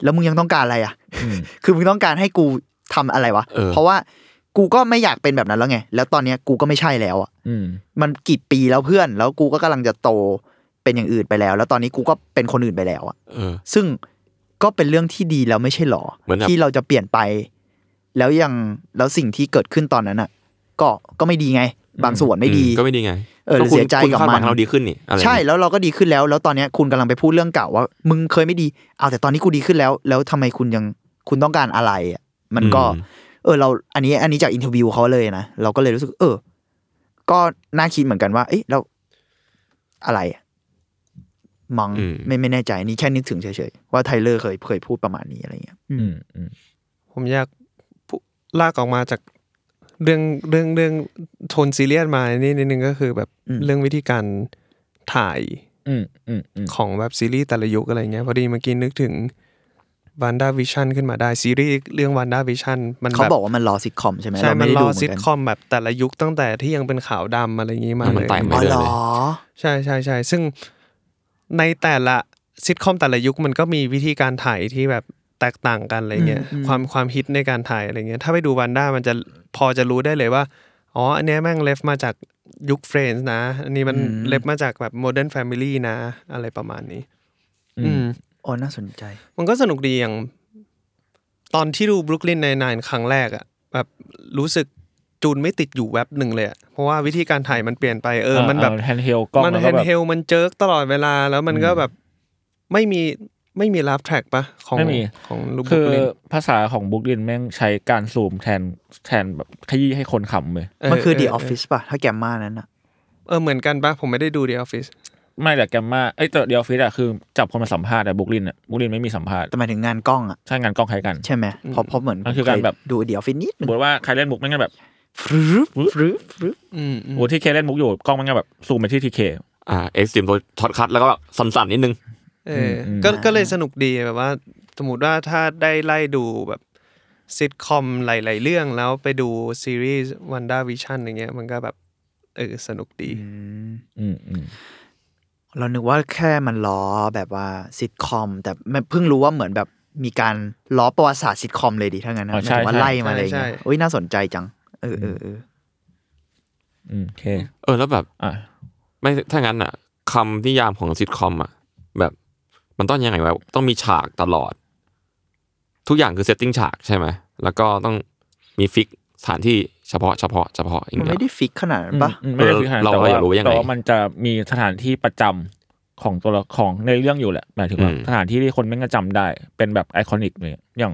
แล้วมึงยังต้องการอะไรอะ
อืม
คือมึงต้องการให้กูทำอะไรวะ
เออ
เพราะว่ากูก็ไม่อยากเป็นแบบนั้นแล้วไง แล้วตอนเนี้ยกูก็ไม่ใช่แล้วอะ
อืม
มันกี่ปีแล้วเพื่อน แล้วกูก็กำลังจะโตเป็นอย่างอื่นไปแล้ว แล้วตอนนี้กูก็เป็นคนอื่นไปแล้วอะ
เออ
ซึ่งก็เป็นเรื่องที่ดีแล้วไม่ใช่หรอ
เหมือนแบบ
ที่เราจะเปลี่ยนไป แล้วยังแล้วสิ่งที่เกิดขึ้นตอนนั้นอะก็ก็ไม่ดีไง บางส่วนไม่ดี
ก็ไม่ดีไง
เออหรือ
คุณ
เสียใจ
คุณ
กับ
คาดห
มั
วั
น
งให้เราดีขึ้นนี่อะไร
ใช่แล้วเราก็ดีขึ้นแล้ว แล้วตอนเนี้ยคุณกำลังไปพูดเรื่องเก่าว่า มึงเคยไม่ดีเอาแต่ตอนนี้กูดีขึ้นแล้ว แล้วทำไมคุณยังคุณต้องการอะไรอะมันก็
อื
เออเราอันนี้อันนี้จากอินเทอร์วิวเขาเลยนะเราก็เลยรู้สึก เออ ก็น่าคิดเหมือนกันว่า เอ๊ะแล้วอะไรอะมัง
อืม
ไม่ไม่แน่ใจอันนี่แค่นึกถึงเฉยๆว่าไทเลอร์เคยเคยพูดประมาณนี้อะไรเงี้ย
อืม อืม
ผมอยากพูลากออกมาจากเรื่องเรื่องเรื่องโทนซีเรียสมานี่นิดนึงก็คือแบบเรื่องวิธีการถ่าย
อืม อืม อืม
ของแบบซีรีส์แต่ละยุคอะไรเงี้ยพอดีเมื่อกี้นึกถึงวันด้าวิชั่นขึ้นมาได้ซีรีส์เรื่องวันด้าวิชั่นมัน
เขา
แบบ
บอกว่ามันรอซิทคอมใช่ไหม
ใช่
เรา
มั
ไม่
น
ได้
ร
ดู
อ
เหมื
ซิ
อน
ท
กัน
คอมแบบแต่ละยุคตั้งแต่ที่ยังเป็นขาวดำอะไรอย่างงี้มา
มั
เล
น
ย
ไต่มา
อ๋อเหรอ
ใช่ใช่ใช่ซึ่งในแต่ละซิทคอมแต่ละยุคมันก็มีวิธีการถ่ายที่แบบแตกต่างกันอะไรเงี้ย
อืมอืม
ความความฮิตในการถ่ายอะไรเงี้ยถ้าไปดูวันด้ามันจะพอจะรู้ได้เลยว่า อ๋อ อันเนี้ยแม่งเลฟมาจากยุคเฟรนส์นะ อันนี้มันเลฟมาจากแบบโมเดิร์นแฟมิลี่นะ อะไรประมาณนี้ อืม
อ๋อน่าสนใจ
มันก็สนุกดีอย่างตอนที่ดูบรุกลินในนครั้งแรกอะแบบรู้สึกจูนไม่ติดอยู่แว็บหนึ่งเลยอะเพราะว่าวิธีการถ่ายมันเปลี่ยนไปเออมันแบบ
แฮนด์เฮลกล้อง
มัน
แล้ว
แฮ
ก็
น
แบ
ด์
บ
เฮลมันเจิร์กตลอดเวลาแล้วมันก็แบบไม่มีไม่มีลาฟแทร็กปะของ
ไม่มี
ของลูกบุ
คื
ก
อ
ลิน
ภาษาของบุ๊กลินแม่งใช้การซูมแทนแทนแบบขยี้ให้คนขำเลย
มันคือ The Office ป่ะ ถ้าแกมมานั้นอ่ะ
เออเหมือนกันปะผมไม่ได้ดู The Office
ไม่แต่แกมมาไอ้ยแต่เดียวฟิตอะคือจับคนมาสัมภาษณ์อะบุ๊กลินอะบุ๊กลินไม่มีสัมภาษณ์
แต่หมายถึงงานกล้องอ่ะ
ใช่งานกล้องคล้ายกัน
ใช่ไหมเพราะเพราะเหมือน
มันคือการแบบ
ดูเดี๋ยวฟินนิด
สมมติว่าใครเล่นบุ๊กแม่งก็แบบ
ฟรึบฟรึบฟรึบ
อืม
โอ้ที่เคเล่นบุ๊กอยู่กล้องแม่งก็แบบซูมไปที่ทีเค
อ่าเอ็กซ์ตรีมท็อตคัทแล้วก็แบบสั่นๆนิดนึง
เอออ
ม
ก็ก็เลยสนุกดีแบบว่า สมมติว่าถ้าได้ไล่ดูแบบซิทคอมหลาย ๆ เรื่องแล้วไปดูซีรีส์วันด้าวิชั่นอย่างเงี้ยมันก็แบบเออสนุกดี
อืม
อืมอืม
เรานึกว่าแค่มันล้อแบบว่าซิทคอม แต่ไม่เพิ่งรู้ว่าเหมือนแบบมีการล้อประวัติศาสตร์ซิทคอมเลยดิถ้างั้นนะหมายถึงว่าไล่มาเลย
ใช่
เนี่ย
ใช่
อุ้ยน่าสนใจจัง เออเออเออ
อืมโอเค
เออแล้วแบบ
อ่ะ
ไม่ถ้างั้นอ่ะคำนิยามของซิทคอมอ่ะแบบมันต้องยังไงวะต้องมีฉากตลอด ทุกอย่างคือเซตติ้งฉากใช่ไหมแล้วก็ต้องมีฟิกสถานที่เฉพาะเฉพาะเฉพาะอย่าง
มัน
เงี้
ไม่
ย
ได้ฟิกขนาดนั้นปะ
อืมไม่ได้คือขนาด
เออเรา
แต่
เรา
ว่า
อยากรู้ว่ายังไง
แต่ว่ามันจะมีสถานที่ประจำของตัวละของในเรื่องอยู่แหละหมายถึงว่า
อืม
สถานที่ที่คนแม่งก็จำได้เป็นแบบไอคอนิกเลยอย่าง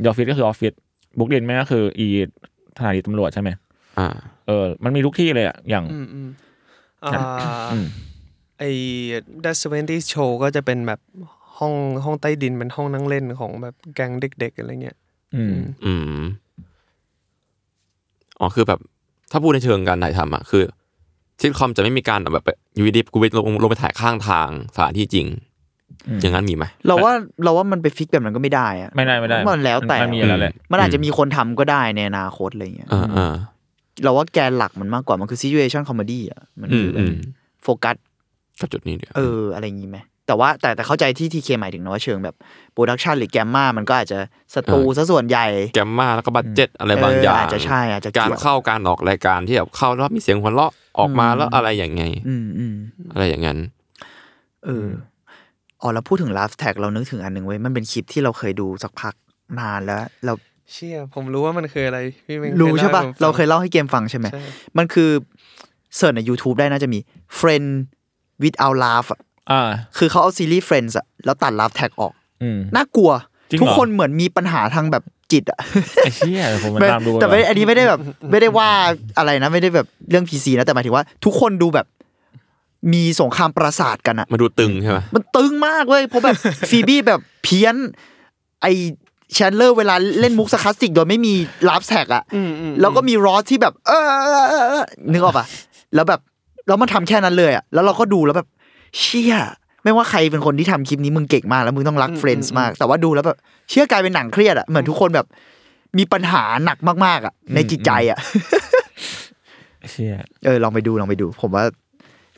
เดียวฟิตก็คือออฟฟิศบุ๊กลินแม่งก็คืออีสถานีตำรวจใช่ไหม
อ่า
เออมันมีทุกที่เลยอะอย่าง
อืมอืมอ่า
อืม
ไอ้ The Seventies Show ก็จะเป็นแบบห้องห้องใต้ดินเป็นห้องนั่งเล่นของแบบแก๊งเด็ก ๆ อะไรเงี้ย
อืม
อืมอ๋อคือแบบ ถ้าพูดในเชิงการถ่ายทำอ่ะคือซิทคอมจะไม่มีการแบบไปอยู่ดีๆกูไปลงลงไปถ่ายข้างทางสถานที่จริง
อืม
อย่างนั้นมีไหม
เราว่าเราว่ามันไปฟิกแบบนั้นก็ไม่ได้อะ
ไม่ได้ไม่ได้
มันแล้วแต่
มันมีอะไรแหละ
มันอาจจะ
อืม
มีคนทำก็ได้ในอนาคตอะไรเงี้ย
อ่าอ่า
เราว่าแกนหลักมันมากกว่ามันคือซี t u เ t ชั n นคอมเมดี้อ่ะมัน
อื
คือ
ม
อแบบ
อืม
โฟกัส
กับจุดนี้เดียว
เอออะไรอย่างนี้ไหมแต่ว่าแต่แต่เข้าใจที่ทีเคหมายถึงนะว่าเชิงแบบโปรดักชันหรือแกมมามันก็อาจจะสตูซะส่วนใหญ่
แกมมาแล้วก็บัตเจ็ตอะไรบาง
เออ
อย่าง
อาจจะใช่อาจจะเกี่ยว
การเข้าการออกรายการที่แบบเข้าแล้วมีเสียงหัวเราะออกมาแล้วอะไรอย่างไง
อืมอืม
อะไรอย่างนั้น
เอออ๋อแล้วพูดถึง laugh tag เรานึกถึงอันหนึ่งเว้ย มันเป็นคลิปที่เราเคยดูสักพักนานแล้ว เรา
เชี่ยผมรู้ว่ามันคืออะไร พี่เมง
รู้
ย
ใช่
ล่า
ปะ
ห้ผมฟัง
เราเคยเล่าให้เกมฟังใช่ไหม
ใช่
มันคือเสิร์ชใน YouTube ได้น่าจะมี friend without laugh อะ
อ่า
คือเขาเอาซีรีส์ friends อะแล้วตัด laugh tag ออก
อืม
น่ากลัว
จริงเหรอ
ทุกคนเหมือนมีปัญหาทางแบบจิตอะ
ไอ้เชี่ยเดี๋ยวผมมาตามดู
แต่ไม่
ก่อน
อันนี้ไม่ได้แบบ ไม่ได้ว่าอะไรนะ ไม่ได้แบบเรื่องพีซีนะ แต่หมายถึงว่า ทุกคนดูแบบ มีสงครามประสาทกันอะ
มาดูตึงใช่ไหม
มันตึงมากเว้ยเพราะแบบ ฟีบี้แบบเพี้ยน ไอแชนเลอร์เวลาเล่นมุกสคาสติกโดยไม่มีลาฟแท็กอะ
อืมอืม
แล้วก็มีรอสที่แบบ เออเออเออเออนึกออกปะแล้วแบบแล้วมันทำแค่นั้นเลยอะแล้วเราก็ดูแล้วแบบ เชี่ยไม่ว่าใครเป็นคนที่ทำคลิปนี้มึงเก่งมากแล้วมึงต้องรักเฟรน d ์มาก แต่ว่าดูแล้วแบบ เชี่ยกลายเป็นหนังเครียดอะเหมือนทุกคนแบบ มีปัญหาหนักมากๆอะในจิตใจอะ
เชี่ย
เออลองไปดูลองไปดู ผมว่า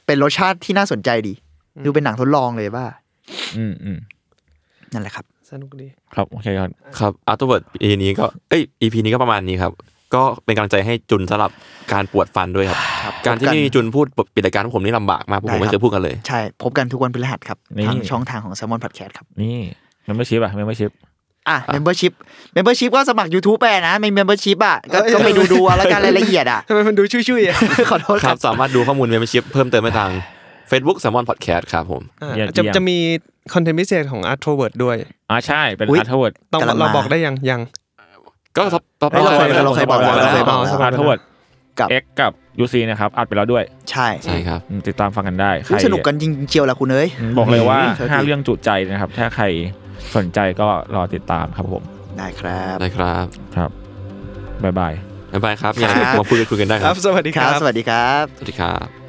เป็นรสชาติที่น่าสนใจดี ดูเป็นหนังทดลองเลยว่า
อืมอืม
นั่นแหละครับ
สนุกดี
ครับโอเคครับ
ครับอัตเวิร์ดปีนี้ก็เอ้ยอีพีนี้ก็ประมาณนี้ครับ ก็เป็นกำลังใจให้จุนสำหรับการปวดฟันด้วยครับ การที่นี่จุนพูดปิดรายการของผมนี่ลำบากมากผมไม่เคยพูดกันเลย
ใช่ พบกันทุกวันพฤหัสครับ
นี่
ทางช่องทางของ s ซ l m o n Podcast ครับ
นี่มันไม่ชิปอะมันไม่ชิป
อ่ะ membership membership ก็สมัคร YouTube ไปนะไม่ membership อ่ะก็ก็ไปดูดูๆเอาแล้วกันรายละเอียดอ่ะ
ทำไมมันดูชุ่ยๆอ่ะ
ขอโทษ
ค
ค
รั
รั
บบ สามารถดูข้อมูลเมมเบอร์ชิพเพิ่มเติมได้ทาง Facebook s ซ m o n Podcast ครับผม
อ่า
เยี่ยม
จะ
เยี่ยม
จะมีคอนเทนต์พิเศษของ Art t r o v e r t ด้วย
อ่าใช่เป็น
อุ๊ย
อาร์ทเวิร์ด
ต้อง
กำลังมา
เราบอกได้ยังยัง
ก็ท็อปท็อป
เฮ้ยเราเคยเราเคยบอกแล้วเราเคยบอก
ส
แล้ว
บา
อาย ร์ทเวิร์ด
กับ
เอ็กกับยูซีนะครับอัดไปแล้วด้วย
ใช่
ใช่ครับ
อืมติดตามฟังกันได้ใคร
สนุกกันจริงๆเจียวละคุณเอ้ย
บอกเลยว่า
โทษที
5 เรื่องจุใจนะครับ ถ้าใครสนใจก็รอติดตามครับผม
ได้ครับ
ได้ครับ
ครับ บ๊ายบาย
บ๊ายบายครับยังไง
ครับ
มาคุยกันคุยกันได้ค
ครั
รับ บ
สวัสดี
ค
ค
รั
รับ บ
สวัสดีครับ
สวัสดีครับ